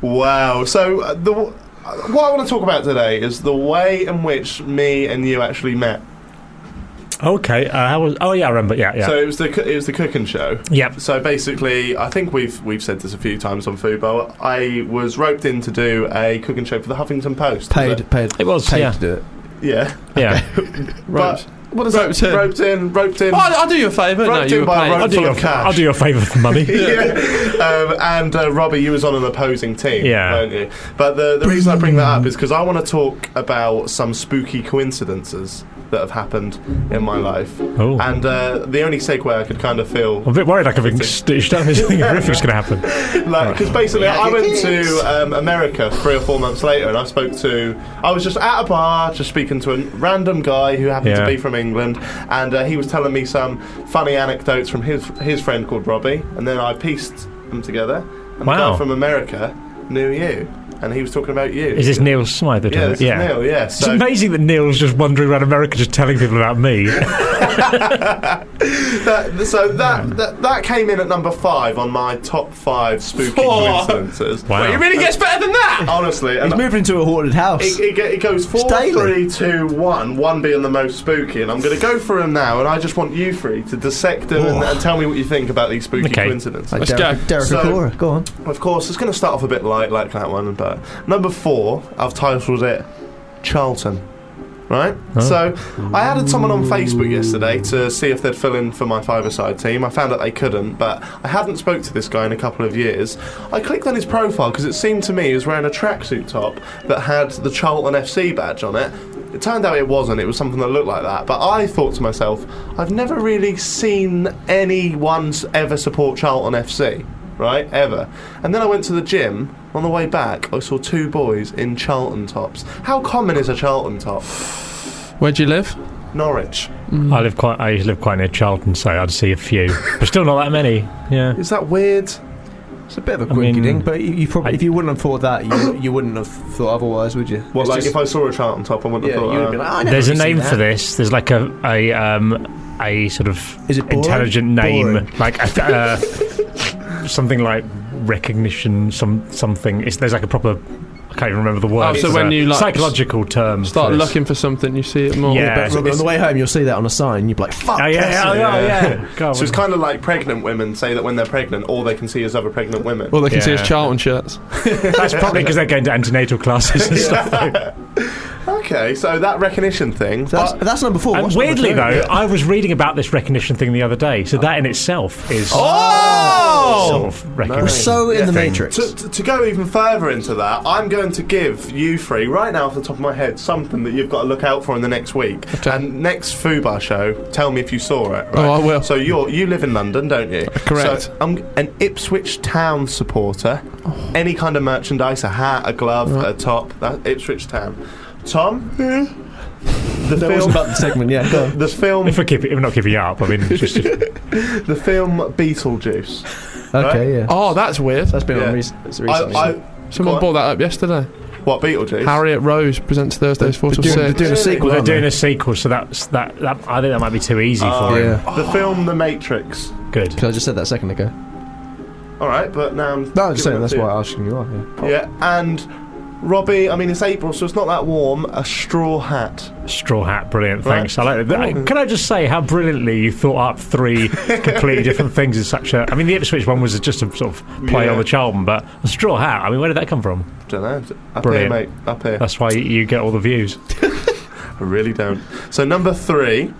Speaker 2: Wow. So uh, the w- uh, what I want to talk about today is the way in which me and you actually met.
Speaker 7: Okay. Uh, how was? Oh yeah, I remember. Yeah, yeah.
Speaker 2: So it was the coo- it was the cooking show.
Speaker 7: yep.
Speaker 2: So basically, I think we've we've said this a few times on Fubo. I was roped in to do a cooking show for the Huffington Post. Was it?
Speaker 3: Paid, paid,
Speaker 7: It was.
Speaker 3: paid
Speaker 7: Yeah.
Speaker 3: to do it.
Speaker 2: Yeah.
Speaker 7: Yeah.
Speaker 2: But
Speaker 5: Roped.
Speaker 2: what is
Speaker 5: Roped
Speaker 2: that?
Speaker 5: in.
Speaker 2: Roped in. Roped in.
Speaker 5: Oh, I'll, I'll do you a Oh, favour. No,
Speaker 2: Right, do
Speaker 5: you were
Speaker 2: my
Speaker 5: playing.
Speaker 2: right-
Speaker 7: I'll do
Speaker 2: Full
Speaker 7: your
Speaker 2: of cash.
Speaker 7: I'll do your favour for money.
Speaker 2: yeah. Um, and uh, Robbie, you was on an opposing team,
Speaker 7: Yeah.
Speaker 2: weren't you? But the, the reason I bring that up is because I want to talk about some spooky coincidences that have happened in my life.
Speaker 7: Oh.
Speaker 2: And uh, the only segue I could kind of feel
Speaker 7: I'm a bit worried like I've been stitched up. I think horrific's going to happen.
Speaker 2: like because basically I went to um, America three or four months later, and I spoke to I was just at a bar, just speaking to a random guy who happened to
Speaker 7: Yeah.
Speaker 2: be from England, and uh, he was telling me some funny anecdotes from his his friend called Robbie, and then I pieced them together. And the
Speaker 7: Wow.
Speaker 2: guy from America knew you, and he was talking about you.
Speaker 7: Is this Neil Smythe?
Speaker 2: yeah, this is Neil. Yeah,
Speaker 7: It's
Speaker 2: so
Speaker 7: amazing that Neil's just wandering around America just telling people about me.
Speaker 2: that, so that, that that came in at number five on my top five spooky
Speaker 5: Four.
Speaker 2: coincidences.
Speaker 7: Wow.
Speaker 5: It really gets better than that.
Speaker 2: Honestly, and
Speaker 3: He's moved into a haunted house.
Speaker 2: It, it, go- it goes four,
Speaker 3: daily.
Speaker 2: three, two, one. One being the most spooky, and I'm going to go through them now. And I just want you three to dissect them and, and tell me what you think about these spooky
Speaker 7: Okay.
Speaker 2: coincidences.
Speaker 3: like
Speaker 5: Let's
Speaker 3: Derek,
Speaker 5: go.
Speaker 3: Derek
Speaker 2: So-
Speaker 3: Acora. Go on.
Speaker 2: Of course, it's going to start off a bit light, like that one. But number four, I've titled it Charlton. right? So I added someone on Facebook yesterday to see if they'd fill in for my five-a-side team. I found out they couldn't, but I hadn't spoke to this guy in a couple of years. I clicked on his profile because it seemed to me he was wearing a tracksuit top that had the Charlton FC badge on it. It turned out it wasn't. It was something that looked like that. But I thought to myself, I've never really seen anyone s- ever support Charlton FC, right? Ever. And then I went to the gym. On the way back, I saw two boys in Charlton tops. How common is a Charlton top?
Speaker 5: Where do you live?
Speaker 2: Norwich.
Speaker 7: I live quite. I used to live quite near Charlton, so I'd see a few, but still not that many. Yeah.
Speaker 2: Is that weird?
Speaker 3: It's a bit of a
Speaker 7: I mean,
Speaker 3: quirky thing, but you, you probably
Speaker 7: I-
Speaker 3: if you wouldn't have thought that, you, you wouldn't have thought otherwise, would you?
Speaker 2: What,
Speaker 3: It's
Speaker 2: like
Speaker 3: just-
Speaker 2: if I saw a Charlton top, I wouldn't
Speaker 3: yeah,
Speaker 2: have
Speaker 3: you
Speaker 2: thought. uh,
Speaker 3: would have been like, "Oh, I never
Speaker 7: There's a
Speaker 3: really seen
Speaker 7: name for
Speaker 3: that."
Speaker 7: this. There's like a a um a sort of
Speaker 3: Is it boring?
Speaker 7: intelligent name,
Speaker 3: Boring.
Speaker 7: like a, uh, something like recognition, some something. It's, there's like a proper. I can't even remember the word.
Speaker 5: Oh, so
Speaker 7: It's
Speaker 5: when
Speaker 7: a
Speaker 5: you, like,
Speaker 7: psychological term.
Speaker 5: Start
Speaker 7: for this.
Speaker 5: looking for something, you see it more.
Speaker 7: Yeah.
Speaker 3: But Robert, on the way home, you'll see that on a sign. You'll be like, "Fuck!"
Speaker 7: Oh yeah,
Speaker 3: that's
Speaker 7: yeah, oh,
Speaker 3: it."
Speaker 7: yeah,
Speaker 2: yeah.
Speaker 7: yeah. God,
Speaker 2: So it's kind of like pregnant women say that when they're pregnant, all they can see is other pregnant women.
Speaker 5: All they can see is
Speaker 7: Yeah.
Speaker 5: Charlton shirts.
Speaker 7: that's probably because they're going to antenatal classes and stuff.
Speaker 2: okay, so that recognition thing.
Speaker 3: That's,
Speaker 2: but-
Speaker 3: that's number four.
Speaker 7: And
Speaker 3: What's
Speaker 7: weirdly, though,
Speaker 3: number two?
Speaker 7: I was reading about this recognition thing the other day, so that in itself is
Speaker 3: Oh!
Speaker 2: Oh!
Speaker 7: sort of recognition.
Speaker 3: we're so in
Speaker 2: Yeah.
Speaker 3: the matrix.
Speaker 2: To, to- to go even further into that, I'm going to give you three right now off the top of my head something that you've got to look out for in the next week and next Fubar show. Tell me if you saw it. Right?
Speaker 5: Oh, I will. Uh,
Speaker 2: So you are you live in London, don't you?
Speaker 5: correct.
Speaker 2: So I'm an Ipswich Town supporter. Any kind of merchandise, a hat, a glove, a top. That Ipswich Town. Tom. The
Speaker 3: that Hmm? was
Speaker 2: film.
Speaker 3: about the segment. Yeah, go on.
Speaker 2: The film,
Speaker 7: If we're, keep, if we're not giving up, I mean, it's just
Speaker 2: the film Beetlejuice.
Speaker 3: okay, yeah.
Speaker 5: Oh, that's weird.
Speaker 3: That's been
Speaker 2: Uh, Yeah.
Speaker 3: on rec- it's
Speaker 2: I,
Speaker 3: recently.
Speaker 2: I,
Speaker 5: Someone
Speaker 2: go
Speaker 5: bought that up yesterday.
Speaker 2: what Beetlejuice?
Speaker 5: Harriet Rose presents Thursdays four till
Speaker 3: doing, they're
Speaker 5: six.
Speaker 3: doing a sequel.
Speaker 7: well, they're
Speaker 3: aren't they?
Speaker 7: doing a sequel, so that's that. that I think that might be too easy for him.
Speaker 3: Yeah,
Speaker 2: The film The Matrix.
Speaker 7: Good.
Speaker 3: because I just said that a second ago.
Speaker 2: All right, but now I'm
Speaker 3: No, I'm just saying that's why
Speaker 2: why.
Speaker 3: I'm asking you. Are, yeah.
Speaker 2: Yeah, and Robbie, I mean it's April, so it's not that warm. A straw hat.
Speaker 7: Straw Hat, brilliant.
Speaker 2: Right.
Speaker 7: Thanks. I like that. Can I just say how brilliantly you thought up three completely different things in such a. I mean, the Ipswich one was just a sort of play
Speaker 2: Yeah.
Speaker 7: on the Charlton, but a Straw Hat. I mean, where did that come from?
Speaker 2: Don't know. Up
Speaker 7: Brilliant.
Speaker 2: here, mate. Up here.
Speaker 7: That's why you get all the views.
Speaker 2: I really don't. So number three.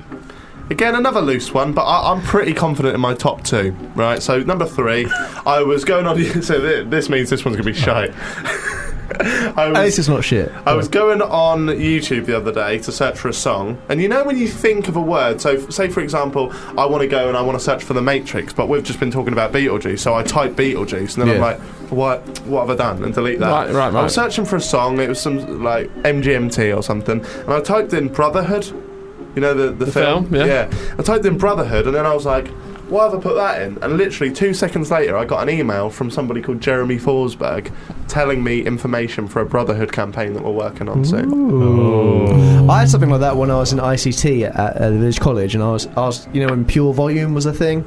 Speaker 2: Again, another loose one, but I, I'm pretty confident in my top two. Right, so number three, I was going on. So thi- this means this one's gonna be shite. I
Speaker 3: At
Speaker 2: was
Speaker 3: least it's not shit.
Speaker 2: I was going on YouTube the other day to search for a song, and you know when you think of a word, so f- say for example, I want to go and I want to search for The Matrix, but we've just been talking about Beetlejuice, so I type Beetlejuice, and then I'm
Speaker 3: Yeah.
Speaker 2: like, what, what have I done? And delete that.
Speaker 5: Right, right,
Speaker 2: I
Speaker 5: right.
Speaker 2: was searching for a song, it was some like MGMT or something, and I typed in Brotherhood, you know the, the, film?
Speaker 5: film, yeah.
Speaker 2: I typed in Brotherhood, and then I was like, why have I put that in? And literally two seconds later, I got an email from somebody called Jeremy Forsberg telling me information for a Brotherhood campaign that we're working on soon.
Speaker 7: Oh.
Speaker 3: I had something like that when I was in ICT at, at the village college, and I was, I was, you know, when pure volume was a thing.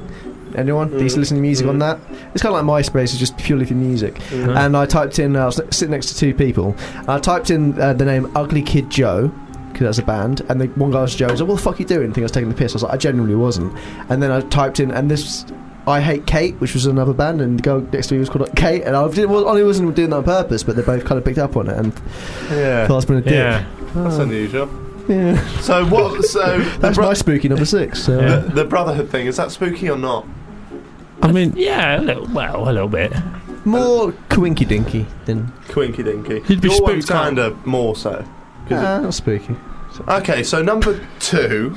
Speaker 3: Anyone? They used to listen to music on that. It's kind of like MySpace, it's just purely for music. And I typed in, I was sitting next to two people, and I typed in uh, the name Ugly Kid Joe. Because that's a band, and the one guy was Joe. He's like, "What the fuck are you doing?" I think I was taking the piss. I was like, "I genuinely wasn't." And then I typed in, and this, I hate Kate, which was another band, and the girl next to me was called Kate, and I didn't, well, I wasn't doing that on purpose, but they both kind of picked up on it, and
Speaker 2: Yeah,
Speaker 3: thought I was being a dick.
Speaker 7: Yeah.
Speaker 2: that's unusual.
Speaker 3: yeah.
Speaker 2: So what? So the,
Speaker 3: That's
Speaker 2: bro-
Speaker 3: my spooky number six. So. uh,
Speaker 7: Yeah.
Speaker 2: the Brotherhood thing is that spooky or not?
Speaker 5: I mean,
Speaker 7: Yeah, a little, well, a little bit.
Speaker 3: More coinky dinky than
Speaker 2: Quinky dinky.
Speaker 5: You'd be
Speaker 2: Your one's
Speaker 5: spooked out.
Speaker 2: kind of more so. 'Cause it-
Speaker 3: Ah, not spooky.
Speaker 2: Okay, so number two.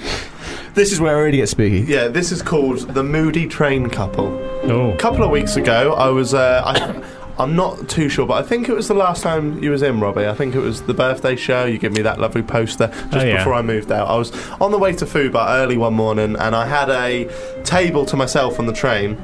Speaker 3: This is where I already get spooky.
Speaker 2: Yeah, this is called the Moody Train Couple.
Speaker 7: Oh.
Speaker 2: A couple of weeks ago, I was. Uh, I, I'm not too sure, but I think it was the last time you was in, Robbie. I think it was the birthday show. You gave me that lovely poster just
Speaker 7: Oh, yeah.
Speaker 2: before I moved out. I was on the way to Fuba early one morning, and I had a table to myself on the train.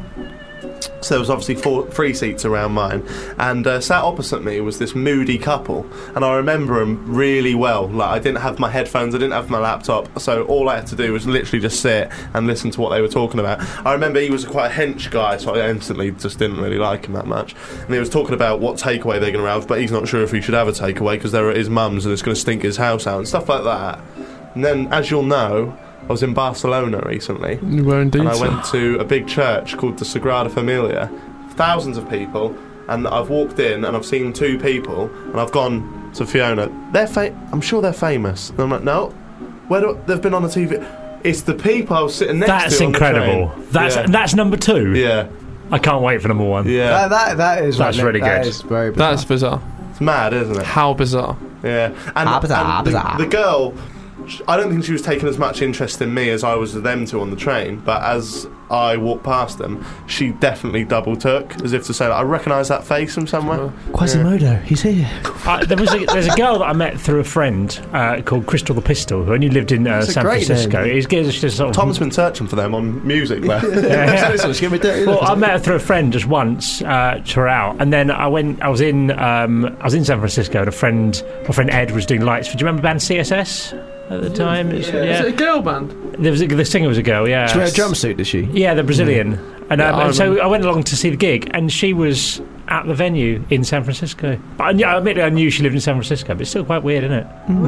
Speaker 2: So there was obviously four, three seats around mine, and uh, sat opposite me was this moody couple, and I remember them really well. Like I didn't have my headphones, I didn't have my laptop, so all I had to do was literally just sit and listen to what they were talking about. I remember he was quite a hench guy, so I instantly just didn't really like him that much. And he was talking about what takeaway they're going to have, but he's not sure if he should have a takeaway because they're at his mum's and it's going to stink his house out and stuff like that. And then, as you'll know, I was in Barcelona recently
Speaker 5: you were indeed.
Speaker 2: and I
Speaker 5: sir.
Speaker 2: went to a big church called the Sagrada Familia, thousands of people, and I've walked in and I've seen two people, and I've gone, to Fiona, they're fa- I'm sure they're famous. And I'm like, no, where do they've been on the TV? It's the people I was sitting next
Speaker 7: That's
Speaker 2: to. on the train."
Speaker 7: incredible. That's
Speaker 2: Yeah.
Speaker 7: that's number two.
Speaker 2: yeah,
Speaker 7: I can't wait for number one.
Speaker 2: yeah.
Speaker 3: That, that, that is
Speaker 7: That's
Speaker 3: right,
Speaker 7: really
Speaker 3: that
Speaker 7: good.
Speaker 3: is very bizarre.
Speaker 5: That's bizarre.
Speaker 2: It's mad, isn't it?
Speaker 5: How bizarre.
Speaker 2: Yeah, and,
Speaker 3: Ah, bizarre,
Speaker 2: and
Speaker 3: ah,
Speaker 2: the-
Speaker 3: bizarre.
Speaker 2: The, girl, sh- I don't think she was taking as much interest in me as I was with them two on the train. But as I walked past them, she definitely double took, as if to say, like, "I recognise that face from somewhere."
Speaker 3: Quasimodo, he's here.
Speaker 7: Uh, there was a, there's a girl that I met through a friend uh, called Crystal the Pistol who only lived in uh,
Speaker 3: That's a
Speaker 7: San
Speaker 3: great
Speaker 7: Francisco.
Speaker 3: name.
Speaker 7: He's, he's just sort of
Speaker 2: Tom's been searching for them on music. Where
Speaker 7: Well, I met her through a friend just once uh, to her out, and then I went. I was in um, I was in San Francisco, and a friend, my friend Ed, was doing lights. For, do you remember the band CSS at the time? It's-
Speaker 5: Is
Speaker 7: yeah.
Speaker 5: it a girl band?
Speaker 7: There was a, the singer was a girl. Yeah,
Speaker 3: She wear a jumpsuit, does she?
Speaker 7: Yeah, the Brazilian. And,
Speaker 5: Yeah,
Speaker 7: um,
Speaker 5: I
Speaker 7: and so
Speaker 5: remember.
Speaker 7: I went along to see the gig, and she was at the venue in San Francisco. But I, knew, I admit I knew she lived in San Francisco, but it's still quite weird, isn't it? In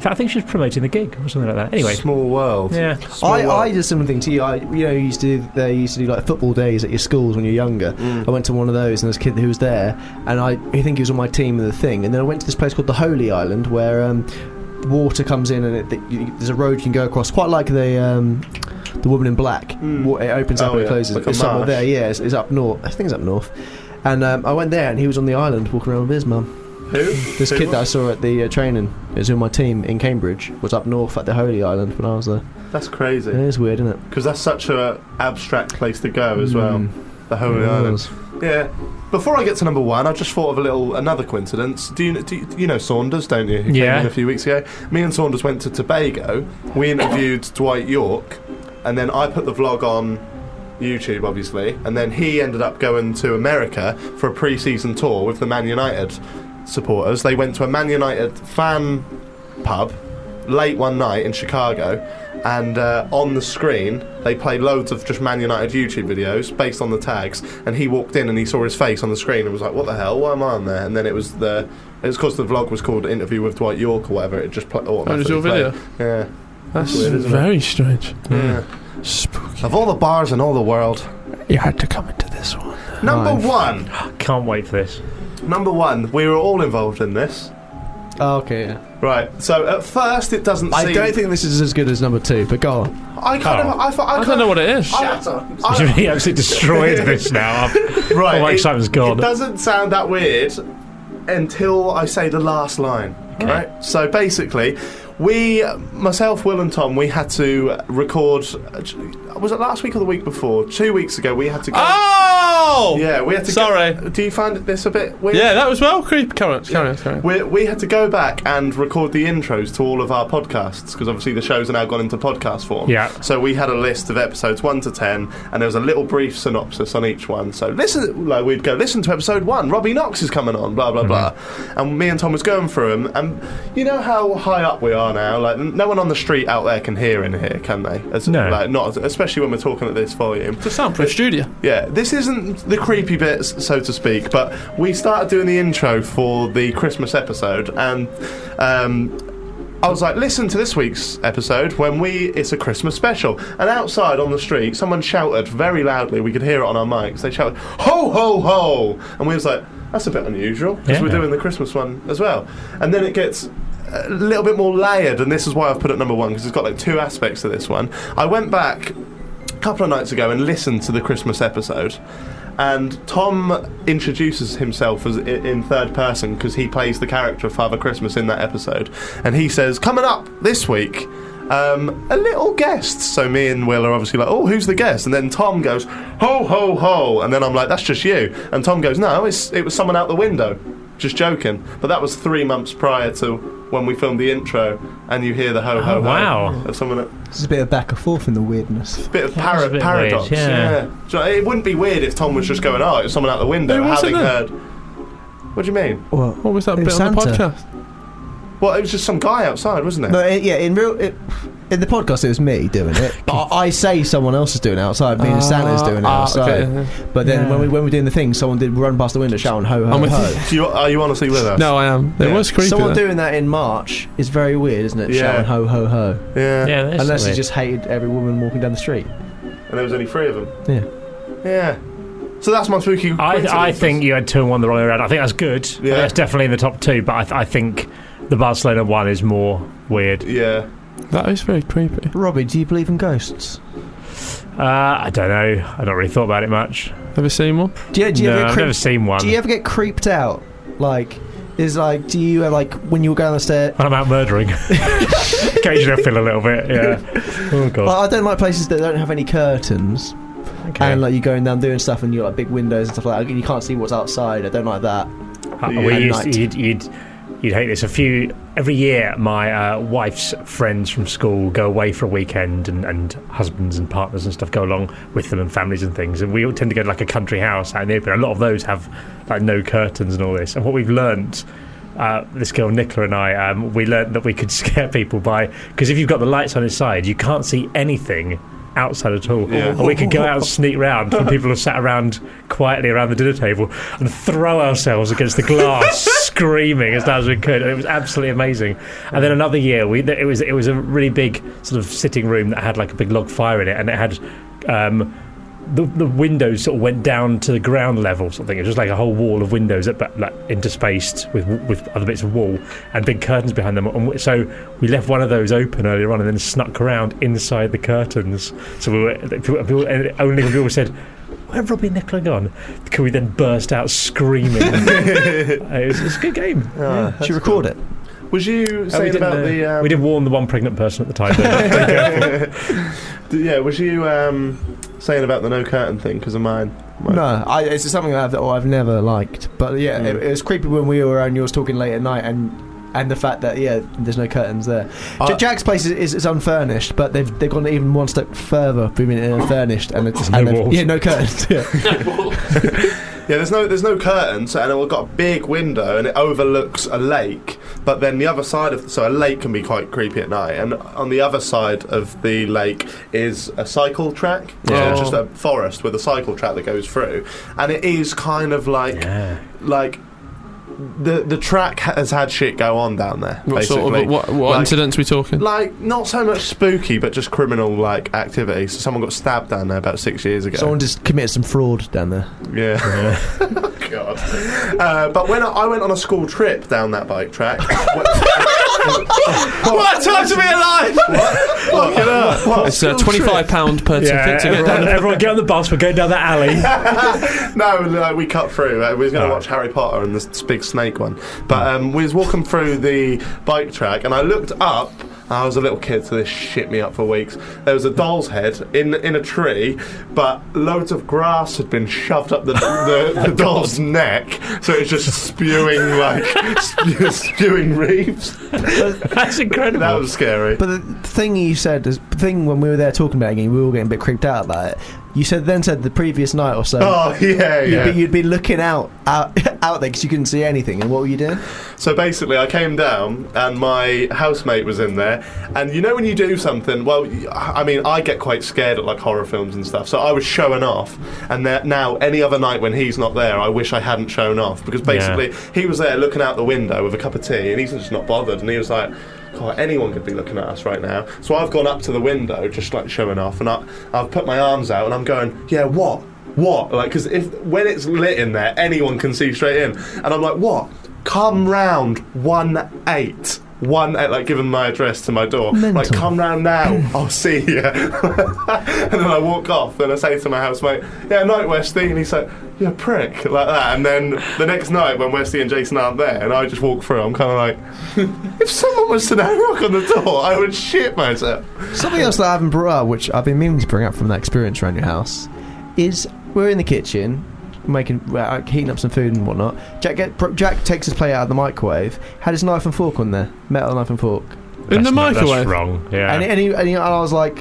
Speaker 7: fact, I think she was promoting the gig or something like that. Anyway,
Speaker 2: Oh. small world.
Speaker 7: yeah.
Speaker 3: I, I did something to you. I, you know, you used to do, they used to do like football days at your schools when you're younger.
Speaker 2: Mm.
Speaker 3: I went to one of those, and there was a kid who was there, and I, I think he was on my team with the thing. And then I went to this place called the Holy Island, where um, water comes in, and it, that you, there's a road you can go across, quite like the um, the woman in black. Wa- It opens up
Speaker 2: Oh,
Speaker 3: and it
Speaker 2: yeah,
Speaker 3: closes.
Speaker 2: like a
Speaker 3: it's somewhere
Speaker 2: marsh.
Speaker 3: there, yeah. It's, it's up north. I think it's up north. And um, I went there, and he was on the island walking around with his mum.
Speaker 2: Who?
Speaker 3: This
Speaker 2: Who
Speaker 3: kid
Speaker 2: was-
Speaker 3: that I saw at the uh, training, is in my team in Cambridge, was up north at the Holy Island when I was there.
Speaker 2: That's crazy.
Speaker 3: It is weird, isn't it? Hmm.
Speaker 2: because that's such a abstract place to go Oh, as well. The Holy Island. Yeah. Before I get to number one, I just thought of a little another coincidence. Do you, do you, you know Saunders, don't you? Who
Speaker 7: Yeah.
Speaker 2: Came in a few weeks ago. Me and Saunders went to Tobago. We interviewed Dwight York, and then I put the vlog on YouTube, obviously, and then he ended up going to America for a pre-season tour with the Man United supporters. They went to a Man United fan pub late one night in Chicago, and uh, on the screen they played loads of just Man United YouTube videos based on the tags. And he walked in and he saw his face on the screen and was like, "What the hell? Why am I on there?" And then it was the it was because the vlog was called "Interview with Dwight York" or whatever. It just pla-
Speaker 5: Oh, it was
Speaker 2: automatically
Speaker 5: your
Speaker 2: played.
Speaker 5: video.
Speaker 2: Yeah,
Speaker 5: That's
Speaker 2: weird, isn't it?
Speaker 5: very strange.
Speaker 2: yeah. Of all the bars in all the world,
Speaker 6: You had to come into this one.
Speaker 2: number one,
Speaker 7: Can't wait for this.
Speaker 2: number one. We were all involved in this.
Speaker 3: Oh, okay. Yeah.
Speaker 2: Right, so at first it doesn't.
Speaker 3: I
Speaker 2: seem,
Speaker 3: don't think this is as good as number two, but go on.
Speaker 2: I kind of. I, thought- I,
Speaker 5: I don't know what it is.
Speaker 2: I-
Speaker 7: he absolutely destroyed this now. I've-
Speaker 2: Right.
Speaker 7: All my
Speaker 2: it-
Speaker 7: excitement's gone.
Speaker 2: It doesn't sound that weird until I say the last line. Right? So basically, we, myself, Will, and Tom, we had to record. Was it last week or the week before? Two weeks ago, we had to go.
Speaker 5: Oh!
Speaker 2: Yeah, we had to. go-
Speaker 5: Sorry.
Speaker 2: do you find this a bit weird?
Speaker 5: Yeah, that was well creepy. Carry on, carry on, carry on.
Speaker 2: We, we had to go back and record the intros to all of our podcasts because obviously the shows are now gone into podcast form.
Speaker 7: Yeah.
Speaker 2: So we had a list of episodes one to ten, and there was a little brief synopsis on each one. So listen, like we'd go listen to episode one. Robbie Knox is coming on, blah blah
Speaker 7: Mm-hmm.
Speaker 2: blah. And me and Tom was going through 'em and you know how high up we are now. Like n- no one on the street out there can hear in here, can they? As,
Speaker 7: No.
Speaker 2: Like, not especially when we're talking at this volume.
Speaker 5: It's a soundproof studio.
Speaker 2: Yeah, this isn't the creepy bits, so to speak, but we started doing the intro for the Christmas episode, and um, I was like, listen to this week's episode when we it's a Christmas special. And outside on the street, someone shouted very loudly. We could hear it on our mics. They shouted, "Ho ho ho!" And we was like, that's a bit unusual because
Speaker 7: Yeah.
Speaker 2: we're doing the Christmas one as well. And then it gets a little bit more layered, and this is why I've put it number one because it's got like two aspects to this one. I went back couple of nights ago and listened to the Christmas episode. And Tom introduces himself as i- in third person because he plays the character of Father Christmas in that episode. And he says, "Coming up this week, um, a little guest." So me and Will are obviously like, "Oh, who's the guest?" And then Tom goes, "Ho ho ho!" And then I'm like, "That's just you." And Tom goes, "No, it's, it was someone out the window." Just joking. But that was three months prior to when we filmed the intro, and you hear the ho ho ho
Speaker 7: wow.
Speaker 2: of someone.
Speaker 3: There's a bit of back and forth in the weirdness.
Speaker 2: bit of
Speaker 7: That was
Speaker 2: para-
Speaker 7: a bit
Speaker 2: paradox.
Speaker 7: weird, yeah.
Speaker 2: yeah. So it wouldn't be weird if Tom was just going, "Oh, it's someone out the window,"
Speaker 5: Who was
Speaker 2: having
Speaker 5: it then?
Speaker 2: heard. What do you mean?
Speaker 3: What?
Speaker 5: What was that
Speaker 3: It's
Speaker 5: bit on the
Speaker 3: Santa.
Speaker 5: podcast?
Speaker 2: Well, it was just some guy outside, wasn't it?
Speaker 3: No, it, yeah, in real. It, in the podcast, it was me doing it. But I I say someone else is doing it outside. Me and Santa's doing it
Speaker 5: Ah,
Speaker 3: outside.
Speaker 5: okay, yeah,
Speaker 3: But then when
Speaker 7: Yeah.
Speaker 3: we when we were doing the thing, someone did run past the window shouting "ho ho
Speaker 5: I'm with
Speaker 3: ho."
Speaker 2: Do you, are you honestly with us?
Speaker 5: No, I am. It
Speaker 2: Yeah.
Speaker 5: was creepy.
Speaker 3: Someone
Speaker 5: though.
Speaker 3: doing that in March is very weird, isn't it?
Speaker 2: Yeah.
Speaker 3: Shouting "ho ho ho,"
Speaker 2: Yeah.
Speaker 7: yeah, that's
Speaker 3: unless you
Speaker 7: weird.
Speaker 3: just hated every woman walking down the street.
Speaker 2: And there was only three of them.
Speaker 3: Yeah.
Speaker 2: Yeah. So that's my spooky.
Speaker 7: I, I
Speaker 2: coincidence.
Speaker 7: think you had two and one the wrong way around. I think that's good. I think
Speaker 2: Yeah.
Speaker 7: That's definitely in the top two, but I, th- I think the Barcelona one is more weird.
Speaker 2: Yeah.
Speaker 5: That is very creepy.
Speaker 3: Robbie, do you believe in ghosts?
Speaker 7: Uh, I don't know. I don't really thought about it much.
Speaker 5: Ever seen one?
Speaker 3: Do you, do you
Speaker 7: no,
Speaker 3: ever get
Speaker 7: I've
Speaker 3: creep-
Speaker 7: never seen one.
Speaker 3: Do you ever get creeped out? Like, is like, do you ever, like when you were going upstairs?
Speaker 7: when I'm out murdering, occasionally I feel a little bit. Yeah. Oh god.
Speaker 3: Like, I don't like places that don't have any curtains,
Speaker 7: Okay.
Speaker 3: and like you're going down doing stuff, and you like big windows and stuff like that. and You can't see what's outside. I don't like that.
Speaker 7: Uh,
Speaker 2: Yeah.
Speaker 7: we
Speaker 3: At
Speaker 7: used
Speaker 3: night.
Speaker 7: you'd, you'd you'd hate this. A few every year, my uh, wife's friends from school go away for a weekend, and, and husbands and partners and stuff go along with them, and families and things. And we all tend to go to like a country house out in the open. A lot of those have like no curtains and all this. And what we've learnt. Uh, this girl Nicola and I, um, we learnt that we could scare people by because if you've got the lights on inside, you can't see anything outside at all.
Speaker 2: Yeah.
Speaker 7: And we could go out and sneak round when people are sat around quietly around the dinner table and throw ourselves against the glass, screaming as loud as we could. And it was absolutely amazing. And then another year, we it was it was a really big sort of sitting room that had like a big log fire in it, and it had. Um, the, the windows sort of went down to the ground level, or something. It was just like a whole wall of windows that, but like interspaced with with other bits of wall and big curtains behind them. And we- so we left one of those open earlier on, and then snuck around inside the curtains. So we were people, people- and only when people said, "Where have Robbie and Nicola gone?" Can we then burst out screaming? Uh, it, was, it was a good game.
Speaker 3: Uh, Should you record it?
Speaker 2: Was you saying
Speaker 7: didn't,
Speaker 2: about
Speaker 7: uh,
Speaker 2: the? Um,
Speaker 7: we did warn the one pregnant person at the time. though.
Speaker 2: d- yeah. Was you um, saying about the no curtain thing because of mine? Mine-
Speaker 3: No, I, it's something I've, oh, I've never liked. But yeah, it, it was creepy when we were around yours talking late at night and. And the fact that yeah, there's no curtains there. Ja-
Speaker 2: I-
Speaker 3: Jack's place is, is, is unfurnished, but they've they've gone even one step further, being unfurnished, and it's
Speaker 7: No
Speaker 3: and they've-
Speaker 7: walls.
Speaker 3: yeah, no curtains. Yeah.
Speaker 2: Yeah, there's no there's no curtains, and we've got a big window, and it overlooks a lake. But then the other side of so a lake can be quite creepy at night, and on the other side of the lake is a cycle track,
Speaker 5: Yeah. Oh.
Speaker 2: so it's just a forest with a cycle track that goes through, and it is kind of like
Speaker 7: Yeah.
Speaker 2: like. The, the track has had shit go on down there.
Speaker 5: What
Speaker 2: basically.
Speaker 5: sort of what, what
Speaker 2: Like-
Speaker 5: incidents are we talking?
Speaker 2: Like not so much spooky, but just criminal like activity. So someone got stabbed down there about six years ago.
Speaker 3: Someone just committed some fraud down there.
Speaker 2: Yeah. God. Uh, but when I, I went on a school trip down that bike track. what time to be alive? What? Fucking hell.
Speaker 5: it's uh, twenty-five pound per
Speaker 7: yeah,
Speaker 5: ticket to get down.
Speaker 7: everyone, everyone get on the bus. We're going down that alley.
Speaker 2: No, no, we cut through. Uh, we was going
Speaker 7: Oh.
Speaker 2: to watch Harry Potter and this big snake one. But um, we was walking through the bike track, and I looked up. and I was a little kid, so this shit me up for weeks. There was a doll's head in in a tree, but loads of grass had been shoved up the the, the doll's neck, so it was just spewing like spew, spewing reefs.
Speaker 7: That's incredible.
Speaker 2: That was scary.
Speaker 3: But the thing you said is the thing when we were there talking about it, again, we were all getting a bit creeped out about it. You said then said the previous night or so.
Speaker 2: Oh yeah,
Speaker 3: You'd,
Speaker 2: yeah.
Speaker 3: be, you'd be looking out out, out there because you couldn't see anything. And what were you doing?
Speaker 2: So basically, I came down and my housemate was in there. And you know when you do something, well, y- I mean, I get quite scared at like horror films and stuff. So I was showing off. And that now, any other night when he's not there, I wish I hadn't shown off because basically he was there looking out the window with a cup of tea, and he's just not bothered. And he was like. God, anyone could be looking at us right now. So I've gone up to the window, just like showing off, and I, I've put my arms out, and I'm going, "Yeah, what? What? Like, because if when it's lit in there, anyone can see straight in." And I'm like, "What? come round one eight. One eight, like giving my address to my door. Like, come round now, I'll see you. and then I walk off and I say to my housemate, Yeah, night Westy and he's like, Yeah, prick, like that. And then the next night when Westy and Jason aren't there and I just walk through, I'm kinda like if someone was to now knock on the door, I would shit myself.
Speaker 3: Something else that I haven't brought up, which I've been meaning to bring up from that experience around your house, is we're in the kitchen making uh, heating up some food and whatnot. Jack get, pr- Jack takes his plate out of the microwave, had his knife and fork on there, metal knife and fork,
Speaker 5: In
Speaker 7: That's
Speaker 5: the
Speaker 7: not-
Speaker 5: microwave.
Speaker 7: That's wrong. Yeah.
Speaker 3: and, he- and, he, and, he, and I was like,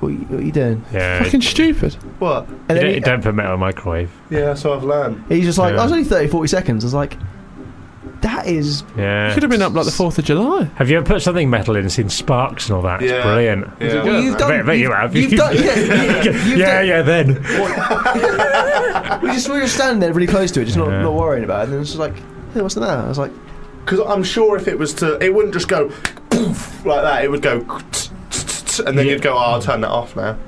Speaker 3: "What are you, what are you doing?"
Speaker 7: yeah.
Speaker 5: Fucking stupid.
Speaker 2: What?
Speaker 3: And
Speaker 7: You
Speaker 3: then
Speaker 7: don't,
Speaker 3: he-
Speaker 7: you don't put metal in the microwave.
Speaker 2: Yeah, so I've learned.
Speaker 3: he's just like,
Speaker 7: Yeah.
Speaker 3: "I was only 30, 40 seconds." I was like, "That is
Speaker 7: Yeah.
Speaker 5: Could have been up like the Fourth of July.
Speaker 7: Have you ever put something metal in and seen sparks and all that? It's
Speaker 2: Yeah.
Speaker 7: brilliant.
Speaker 2: Yeah.
Speaker 3: Well, you've
Speaker 7: I
Speaker 3: done.
Speaker 7: bet- I bet
Speaker 3: you've,
Speaker 7: you have.
Speaker 3: you've done. Yeah, you, you've
Speaker 7: yeah,
Speaker 3: done-
Speaker 7: yeah, then.
Speaker 3: We just we were standing there, really close to it, just not,
Speaker 7: Yeah.
Speaker 3: not worrying about it. And then it's just like, hey, what's that? I was like,
Speaker 2: Because I'm sure if it was to, it wouldn't just go poof, like that. It would go, and then "Ah,
Speaker 7: Yeah.
Speaker 2: you'd go, oh, "I'll turn that off now."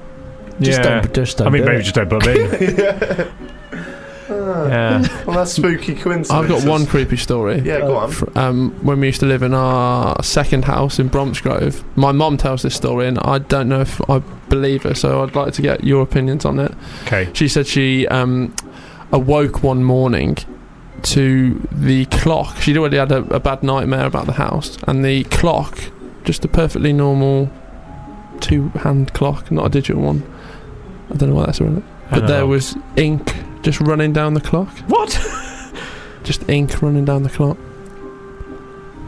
Speaker 3: just
Speaker 7: yeah.
Speaker 3: don't, just don't.
Speaker 7: I mean,
Speaker 3: do
Speaker 7: maybe
Speaker 3: it.
Speaker 7: just don't put me in. Yeah.
Speaker 2: Well, that's spooky coincidence.
Speaker 5: I've got one creepy story.
Speaker 2: Yeah, go on.
Speaker 5: Fr- Um, when we used to live in our second house in Bromsgrove, my mum tells this story, and I don't know if I believe her, so I'd like to get your opinions on it.
Speaker 7: Okay.
Speaker 5: She said she um, awoke one morning to the clock. She'd already had a, a bad nightmare about the house, and the clock, just a perfectly normal two hand clock, not a digital one. I don't know why that's around it. But there was ink just running down the clock.
Speaker 7: What?
Speaker 5: Just ink running down the clock.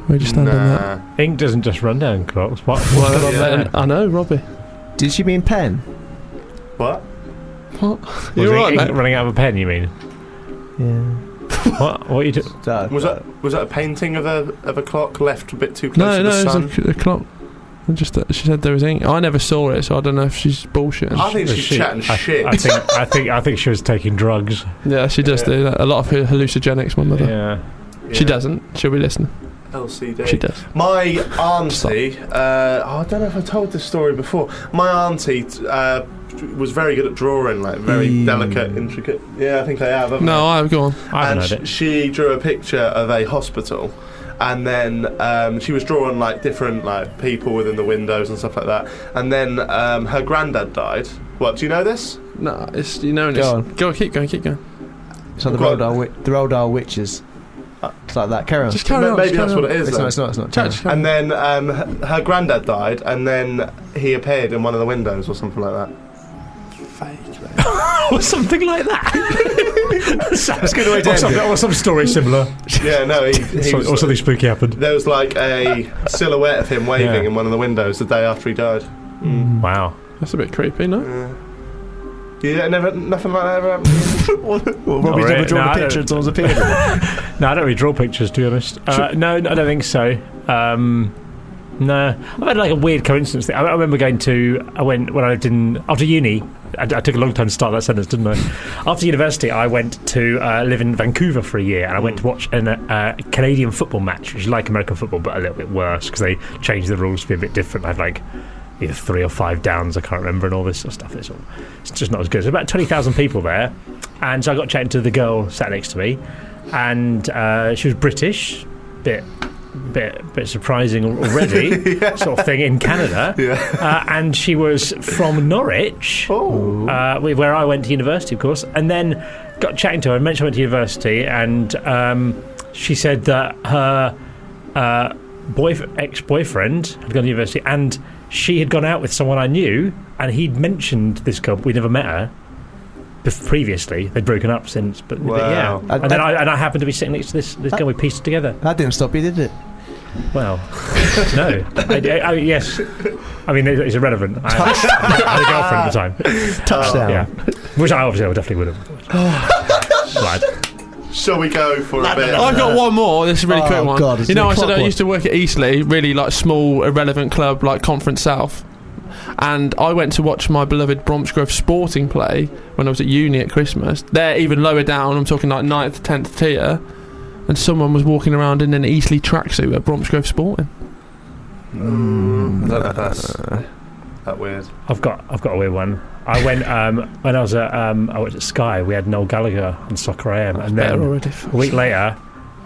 Speaker 5: Where do you stand on that?
Speaker 2: Nah.
Speaker 7: Ink doesn't just run down clocks. What?
Speaker 5: Well,
Speaker 2: Yeah.
Speaker 5: then- I know, Robbie.
Speaker 3: Did she mean pen?
Speaker 2: What?
Speaker 7: Was
Speaker 5: You're
Speaker 7: it
Speaker 5: right,
Speaker 7: ink
Speaker 5: mate.
Speaker 7: running out of a pen, you mean?
Speaker 3: Yeah.
Speaker 7: What? What you do?
Speaker 3: So,
Speaker 2: Was that was that a painting of a of a clock left a bit too close
Speaker 5: No,
Speaker 2: to
Speaker 5: no,
Speaker 2: the
Speaker 5: it's
Speaker 2: sun?
Speaker 5: a, c- a clock. I Just uh, she said there was ink. I never saw it, so I don't know if she's bullshitting.
Speaker 2: I think she's
Speaker 7: She-
Speaker 2: chatting
Speaker 7: Oh, I,
Speaker 2: shit.
Speaker 7: I think. I think. I think she was taking drugs.
Speaker 5: yeah, she does do that. A lot of her hallucinogens, my mother.
Speaker 7: Yeah.
Speaker 5: She
Speaker 2: Yeah.
Speaker 5: doesn't. She'll be listening.
Speaker 2: LCD.
Speaker 5: She does.
Speaker 2: My auntie, uh, oh, I don't know if I told this story before. My auntie t- uh, was very good at drawing, like very
Speaker 3: Mm.
Speaker 2: delicate, intricate. Yeah, I think I have. haven't I?
Speaker 5: No, I've gone.
Speaker 7: I haven't
Speaker 2: and
Speaker 7: heard
Speaker 2: sh-
Speaker 7: it.
Speaker 2: she drew a picture of a hospital and then um, she was drawing like different like people within the windows and stuff like that and then um, her granddad died what do you know this
Speaker 5: No, it's you know. and
Speaker 3: Go
Speaker 5: it's,
Speaker 3: on.
Speaker 5: Go, keep going, keep going.
Speaker 3: so the
Speaker 2: Go on.
Speaker 3: Roald, Dahl, wi- the Roald Dahl witches. Uh, It's like that. Carry on.
Speaker 5: Just carry
Speaker 2: Ma-
Speaker 5: on.
Speaker 2: maybe
Speaker 5: just
Speaker 2: that's
Speaker 5: carry
Speaker 2: what
Speaker 5: on.
Speaker 2: it is
Speaker 3: it's
Speaker 2: then.
Speaker 3: not. It's not. It's not.
Speaker 5: Chat,
Speaker 3: Carry
Speaker 5: just carry
Speaker 2: and then um, h- her granddad died and then he appeared in one of the windows or something like that
Speaker 7: or something like that. Sounds good way
Speaker 2: to
Speaker 7: or,
Speaker 2: end
Speaker 7: some,
Speaker 2: it.
Speaker 7: or some story similar,
Speaker 2: yeah no he, he
Speaker 7: Some-
Speaker 2: was,
Speaker 7: or something spooky happened.
Speaker 2: there was like a silhouette of him waving
Speaker 7: Yeah.
Speaker 2: in one of the windows the day after he died
Speaker 7: Wow.
Speaker 5: That's a bit creepy, no?
Speaker 2: yeah never nothing like that ever happened
Speaker 3: well, Robbie's
Speaker 7: Alright,
Speaker 3: never drawn
Speaker 7: no,
Speaker 3: a
Speaker 7: I don't-
Speaker 3: picture. and Someone's appeared.
Speaker 7: No, I don't really draw pictures, to be honest. Uh, no, no, I don't think so. Um, no, I've had like a weird coincidence. Thing. I, I remember going to I went when I lived in after uni. I, I took a long time to start that sentence, didn't I? after university, I went to uh, live in Vancouver for a year, and I went to watch an uh, uh, Canadian football match, which is like American football but a little bit worse because they changed the rules to be a bit different. I had like either three or five downs, I can't remember, and all this sort of stuff. It's, all, it's just not as good. There's about 20,000 people there. And so I got chatting to the girl sat next to me, and uh, she was British, bit. Bit, bit surprising al- already, sort of thing in Canada. Uh, and she was from Norwich, uh, we- where I went to university, of course. And then got chatting to her, mentioned I went to university, and um, she said that her uh, boyf- ex boyfriend had gone to university and she had gone out with someone I knew and he'd mentioned this girl, but we never met her. bef- Previously, they'd broken up since, but but
Speaker 2: Wow.
Speaker 7: yeah.
Speaker 3: I-
Speaker 7: and then I, and I happened to be sitting next to this, this girl we pieced together.
Speaker 3: that didn't stop you, did it?
Speaker 7: Well, no. I, I- I- yes. I mean, it- it's irrelevant. I, I had a girlfriend at the time.
Speaker 2: Um,
Speaker 3: Touchdown.
Speaker 7: Yeah. Which I obviously I definitely would have. Right.
Speaker 2: shall we go for a bit
Speaker 5: I've got one more. This is a really
Speaker 3: Oh,
Speaker 5: quick one.
Speaker 3: God, it's
Speaker 5: you know,
Speaker 3: the
Speaker 5: I said
Speaker 3: clock
Speaker 5: I
Speaker 3: one.
Speaker 5: used to work at Eastleigh, really like small, irrelevant club like Conference South. And I went to watch my beloved Bromsgrove Sporting play when I was at uni at Christmas. They're even lower down. I'm talking like ninth, tenth tier. And someone was walking around in an Eastleigh tracksuit at Bromsgrove Sporting.
Speaker 2: I don't know if Mm. that's that weird
Speaker 7: I've got I've got a weird one. I went um, when I was at um, I was at Sky. We had Noel Gallagher on Soccer AM, and
Speaker 5: Better
Speaker 7: then
Speaker 5: already.
Speaker 7: a week later,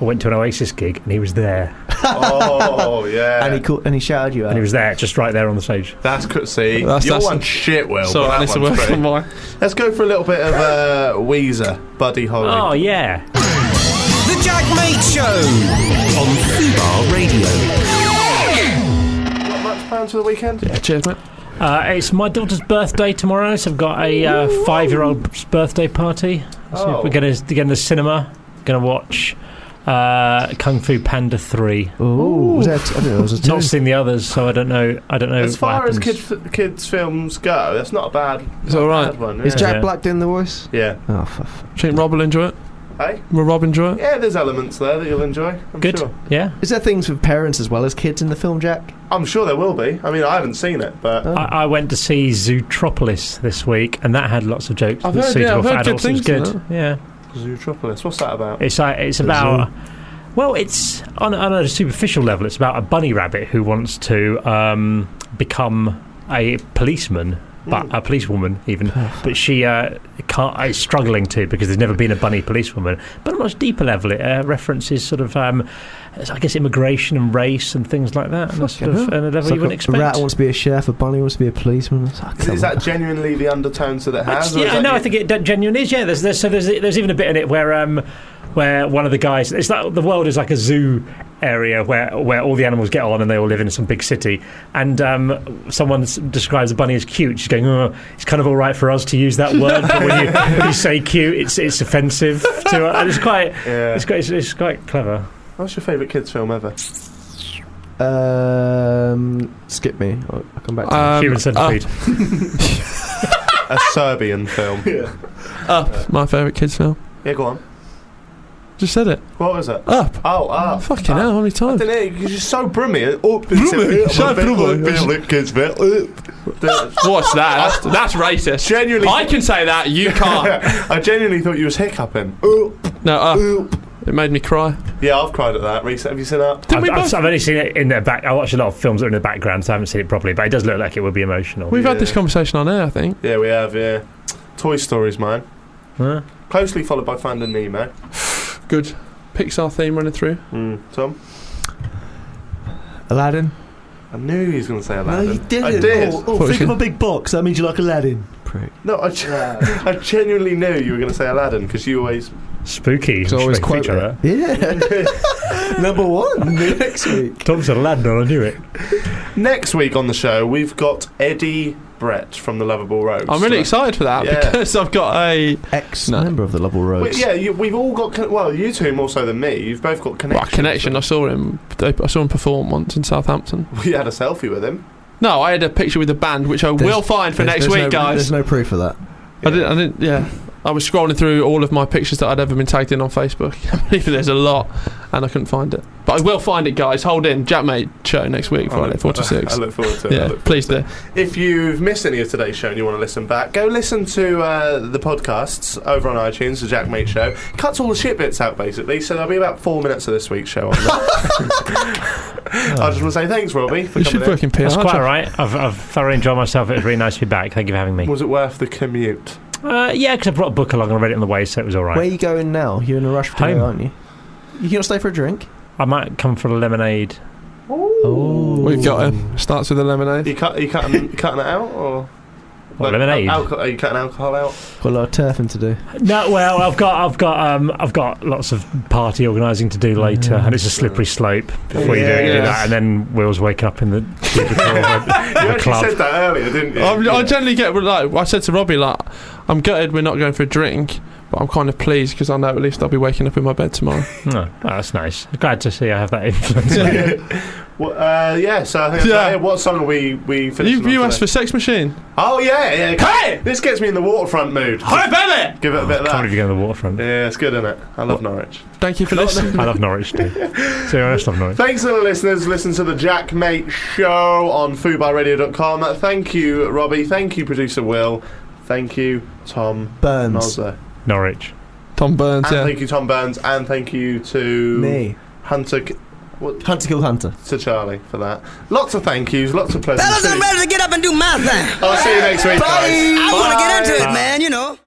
Speaker 7: I went to an Oasis gig, and he was there,
Speaker 2: oh yeah
Speaker 3: And he called, and he shouted you out.
Speaker 7: and he was there, just right there on the stage.
Speaker 2: That's cr- see,
Speaker 5: That's-
Speaker 2: your
Speaker 5: that's-
Speaker 2: one's shit, Will.
Speaker 5: So
Speaker 2: but
Speaker 5: I
Speaker 2: that
Speaker 5: need to
Speaker 2: one's
Speaker 5: work
Speaker 2: pretty-
Speaker 5: on mine.
Speaker 2: Let's go for a little bit of uh, Weezer, Buddy Holly.
Speaker 7: Oh yeah,
Speaker 1: The Jack Mate Show on Fubar Radio.
Speaker 2: Got much plans for the weekend?
Speaker 5: Yeah, cheers, mate.
Speaker 7: uh, it's my daughter's birthday tomorrow, so I've got a uh, five-year-old's birthday party. So
Speaker 2: Oh.
Speaker 7: We're going to get in the cinema, going to watch uh, Kung Fu Panda three.
Speaker 3: Oh, was that? I don't know. Was it
Speaker 7: Not seen the others, so I don't know. I don't know.
Speaker 2: As
Speaker 7: what
Speaker 2: far as
Speaker 7: happens. Uh,
Speaker 2: kids, kids films go, that's not a bad,
Speaker 5: It's all right.
Speaker 2: bad one.
Speaker 3: Is
Speaker 2: Yeah.
Speaker 3: Jack
Speaker 7: Yeah.
Speaker 3: Black doing the voice?
Speaker 2: yeah.
Speaker 3: Oh, for f-
Speaker 5: Do you think Rob will enjoy it?
Speaker 2: Hey?
Speaker 5: Will Rob enjoy it?
Speaker 2: Yeah, there's elements there that you'll enjoy. I'm
Speaker 7: Good.
Speaker 2: sure.
Speaker 7: Yeah.
Speaker 3: Is there things with parents as well as kids in the film, Jack?
Speaker 2: I'm sure there will be. I mean, I haven't seen it, but
Speaker 3: Oh.
Speaker 7: I, I went to see Zootropolis this week, and that had lots of jokes.
Speaker 5: I've
Speaker 7: that's
Speaker 5: heard- yeah,
Speaker 7: suitable
Speaker 5: I've
Speaker 7: for
Speaker 5: heard good
Speaker 7: adults. It was
Speaker 5: things,
Speaker 7: good. Yeah,
Speaker 2: Zootropolis. What's that about?
Speaker 7: it's like it's about. Well, it's on, on a superficial level. It's about a bunny rabbit who wants to um, become a policeman but
Speaker 5: Hmm.
Speaker 7: a policewoman even. But she uh, can't, is struggling to because there's never been a bunny policewoman. But on a much deeper level, it uh, references sort of, um, I guess, immigration and race and things like that, and a sort of
Speaker 3: hell.
Speaker 7: and a level
Speaker 3: It's
Speaker 7: you
Speaker 3: like
Speaker 7: wouldn't
Speaker 3: a,
Speaker 7: expect.
Speaker 3: rat wants to be a chef, a bunny wants to be a policeman.
Speaker 2: Is that genuinely the undertones that it has?
Speaker 7: It's-
Speaker 2: or is
Speaker 7: yeah,
Speaker 2: that
Speaker 7: no,
Speaker 2: you-
Speaker 7: I think it d- genuinely is. Yeah, there's, there's so there's there's even a bit in it where um where one of the guys it's like the world is like a zoo area where where all the animals get on and they all live in some big city and um someone s- describes a bunny as cute she's going oh it's kind of all right for us to use that word but when you, when you say cute it's it's offensive to us and it's quite
Speaker 2: Yeah.
Speaker 7: it's quite it's, it's quite clever
Speaker 2: What's your favourite kids' film ever?
Speaker 3: Um, skip me. I'll, I'll come back to
Speaker 5: Um,
Speaker 7: human centipede
Speaker 2: A Serbian film. yeah.
Speaker 5: Up, Up, my favourite kids film.
Speaker 2: go on.
Speaker 5: Just said it.
Speaker 2: What was it?
Speaker 5: Up.
Speaker 2: Oh, ah.
Speaker 5: Fucking
Speaker 2: ah.
Speaker 5: hell, how many
Speaker 2: I
Speaker 5: times?
Speaker 2: don't know, 'cause you're so brummy. Oh,
Speaker 5: Brummy? So brummy.
Speaker 2: Kids bit.
Speaker 5: What's that? That's, that's racist.
Speaker 2: Genuinely-
Speaker 5: I can say that. You can't.
Speaker 2: I genuinely thought you was hiccuping.
Speaker 5: no, up. It made me cry.
Speaker 2: Yeah, I've cried at that. Reece, have you seen that?
Speaker 5: Didn't
Speaker 7: I've,
Speaker 5: we
Speaker 7: I've,
Speaker 5: both-
Speaker 7: I've only seen it in the back I watch a lot of films that are in the background so I haven't seen it properly but it does look like it would be emotional
Speaker 5: We've had this
Speaker 2: Yeah.
Speaker 5: conversation on air, I think.
Speaker 2: Yeah, we have. Yeah, Toy Story's mine.
Speaker 7: Huh?
Speaker 2: Closely followed by Finding Nemo.
Speaker 5: Good. Pixar theme running through.
Speaker 2: Tom,
Speaker 3: Aladdin.
Speaker 2: I knew he was going to say
Speaker 8: No,
Speaker 2: Aladdin.
Speaker 8: you didn't.
Speaker 2: I did.
Speaker 8: Oh, oh,
Speaker 5: Thought you
Speaker 8: think of
Speaker 5: said-
Speaker 8: a big box. That means you like Aladdin.
Speaker 3: Prick.
Speaker 2: No, I, ge- I genuinely knew you were going to say Aladdin because you always.
Speaker 7: spooky
Speaker 8: It's always
Speaker 7: Respect
Speaker 8: quite
Speaker 7: each other.
Speaker 3: Yeah. Number one next week.
Speaker 7: Tom said Aladdin, and I knew it.
Speaker 2: Next week on the show, we've got Eddie Brett from the Lovable Rogues.
Speaker 5: I'm really excited for that
Speaker 2: Yeah.
Speaker 5: because I've got a.
Speaker 3: Ex
Speaker 5: No.
Speaker 3: member of the Lovell
Speaker 2: Well,
Speaker 3: Rogues.
Speaker 2: yeah, you, we've all got. Con- well, you two more so than me. You've both got
Speaker 5: Well, a
Speaker 2: connections.
Speaker 5: connection. I saw him. I saw him perform once in Southampton.
Speaker 2: We had a selfie with him.
Speaker 5: No, I had a picture with the band, which I
Speaker 3: There's-
Speaker 5: will find for
Speaker 3: There's-
Speaker 5: next
Speaker 3: there's
Speaker 5: week,
Speaker 3: no-
Speaker 5: guys.
Speaker 3: There's no proof of that.
Speaker 5: I didn't. I didn't. Yeah, I was scrolling through all of my pictures that I'd ever been tagged in on Facebook. I believe there's a lot, and I couldn't find it. But I will find it, guys. Hold in, Jackmate show next week,
Speaker 2: I
Speaker 5: Friday,
Speaker 2: Oh, look-
Speaker 5: four to
Speaker 2: I
Speaker 5: six.
Speaker 2: look forward to it. I
Speaker 5: Yeah,
Speaker 2: look
Speaker 5: please do.
Speaker 2: If you've missed any of today's show and you want to listen back, go listen to uh, the podcasts over on iTunes, the Jack Mate Show. Cuts all the shit bits out, basically, so there'll be about four minutes of this week's show on there. I just want to say thanks, Robbie, for
Speaker 5: You should
Speaker 2: coming
Speaker 5: work in PR.
Speaker 7: That's quite
Speaker 5: Jack.
Speaker 7: all right. I've, I've thoroughly enjoyed myself. It was really nice to be back. Thank you for having
Speaker 2: in.
Speaker 7: me.
Speaker 2: Was it worth the commute?
Speaker 7: Uh, yeah, because I brought a book along and I read it on the way, so it was all right.
Speaker 3: Where are you going now? You're in a rush for
Speaker 7: Home.
Speaker 3: dinner, aren't you? You can stay for a drink.
Speaker 7: I might come for a lemonade.
Speaker 3: Oh,
Speaker 5: We've got him. Starts with a lemonade.
Speaker 2: You cut, you cutting, cutting it out, or Like,
Speaker 7: What, lemonade?
Speaker 2: al- alco- are you cutting alcohol out?
Speaker 3: Got a lot of turfing to do.
Speaker 2: oh.
Speaker 7: No, well, I've got, I've got, um, I've got lots of party organising to do later, and
Speaker 2: Mm.
Speaker 7: it's a slippery slope before you do, it, you do
Speaker 2: Yes.
Speaker 7: that, and then Will's waking up in the cubicle of a-
Speaker 2: You
Speaker 7: of a
Speaker 2: actually
Speaker 7: club.
Speaker 2: said that earlier, didn't you?
Speaker 5: I'm, I generally get like I said to Robbie, like I'm gutted we're not going for a drink, but I'm kind of pleased because I know at least I'll be waking up in my bed tomorrow.
Speaker 7: No, oh, that's nice. Glad to see I have that influence.
Speaker 2: Well, uh, yeah, so I think
Speaker 5: Yeah.
Speaker 2: yeah. what song are we, we finishing
Speaker 5: you you
Speaker 2: on
Speaker 5: asked for
Speaker 2: today?
Speaker 5: Sex Machine.
Speaker 2: Oh, yeah, yeah.
Speaker 5: Hey!
Speaker 2: This gets me in the waterfront mood.
Speaker 5: Hi, Bennett!
Speaker 2: Give it a bit of
Speaker 7: I can't
Speaker 2: that.
Speaker 7: believe you're going to the waterfront.
Speaker 2: Yeah, it's good, isn't it? I love Norwich.
Speaker 5: Thank you for listening.
Speaker 7: I love Norwich too. So I love Norwich.
Speaker 2: Thanks to the listeners. Listen to the Jack Mate Show on FooBarRadio.com. Thank you, Robbie. Thank you, producer Will. Thank you, Tom
Speaker 3: Burns.
Speaker 2: Nozza.
Speaker 7: Norwich.
Speaker 5: Tom Burns,
Speaker 2: And
Speaker 5: yeah.
Speaker 2: thank you, Tom Burns. And thank you to
Speaker 3: Me.
Speaker 2: Hunter C-
Speaker 3: Hunter kill Hunter.
Speaker 2: to Charlie for that. Lots of thank yous. Lots of pleasant.
Speaker 9: Fellas, I'm
Speaker 2: speech.
Speaker 9: ready to get up and do my thing.
Speaker 2: I'll see you next week, guys.
Speaker 9: I want to get into it, man, you know.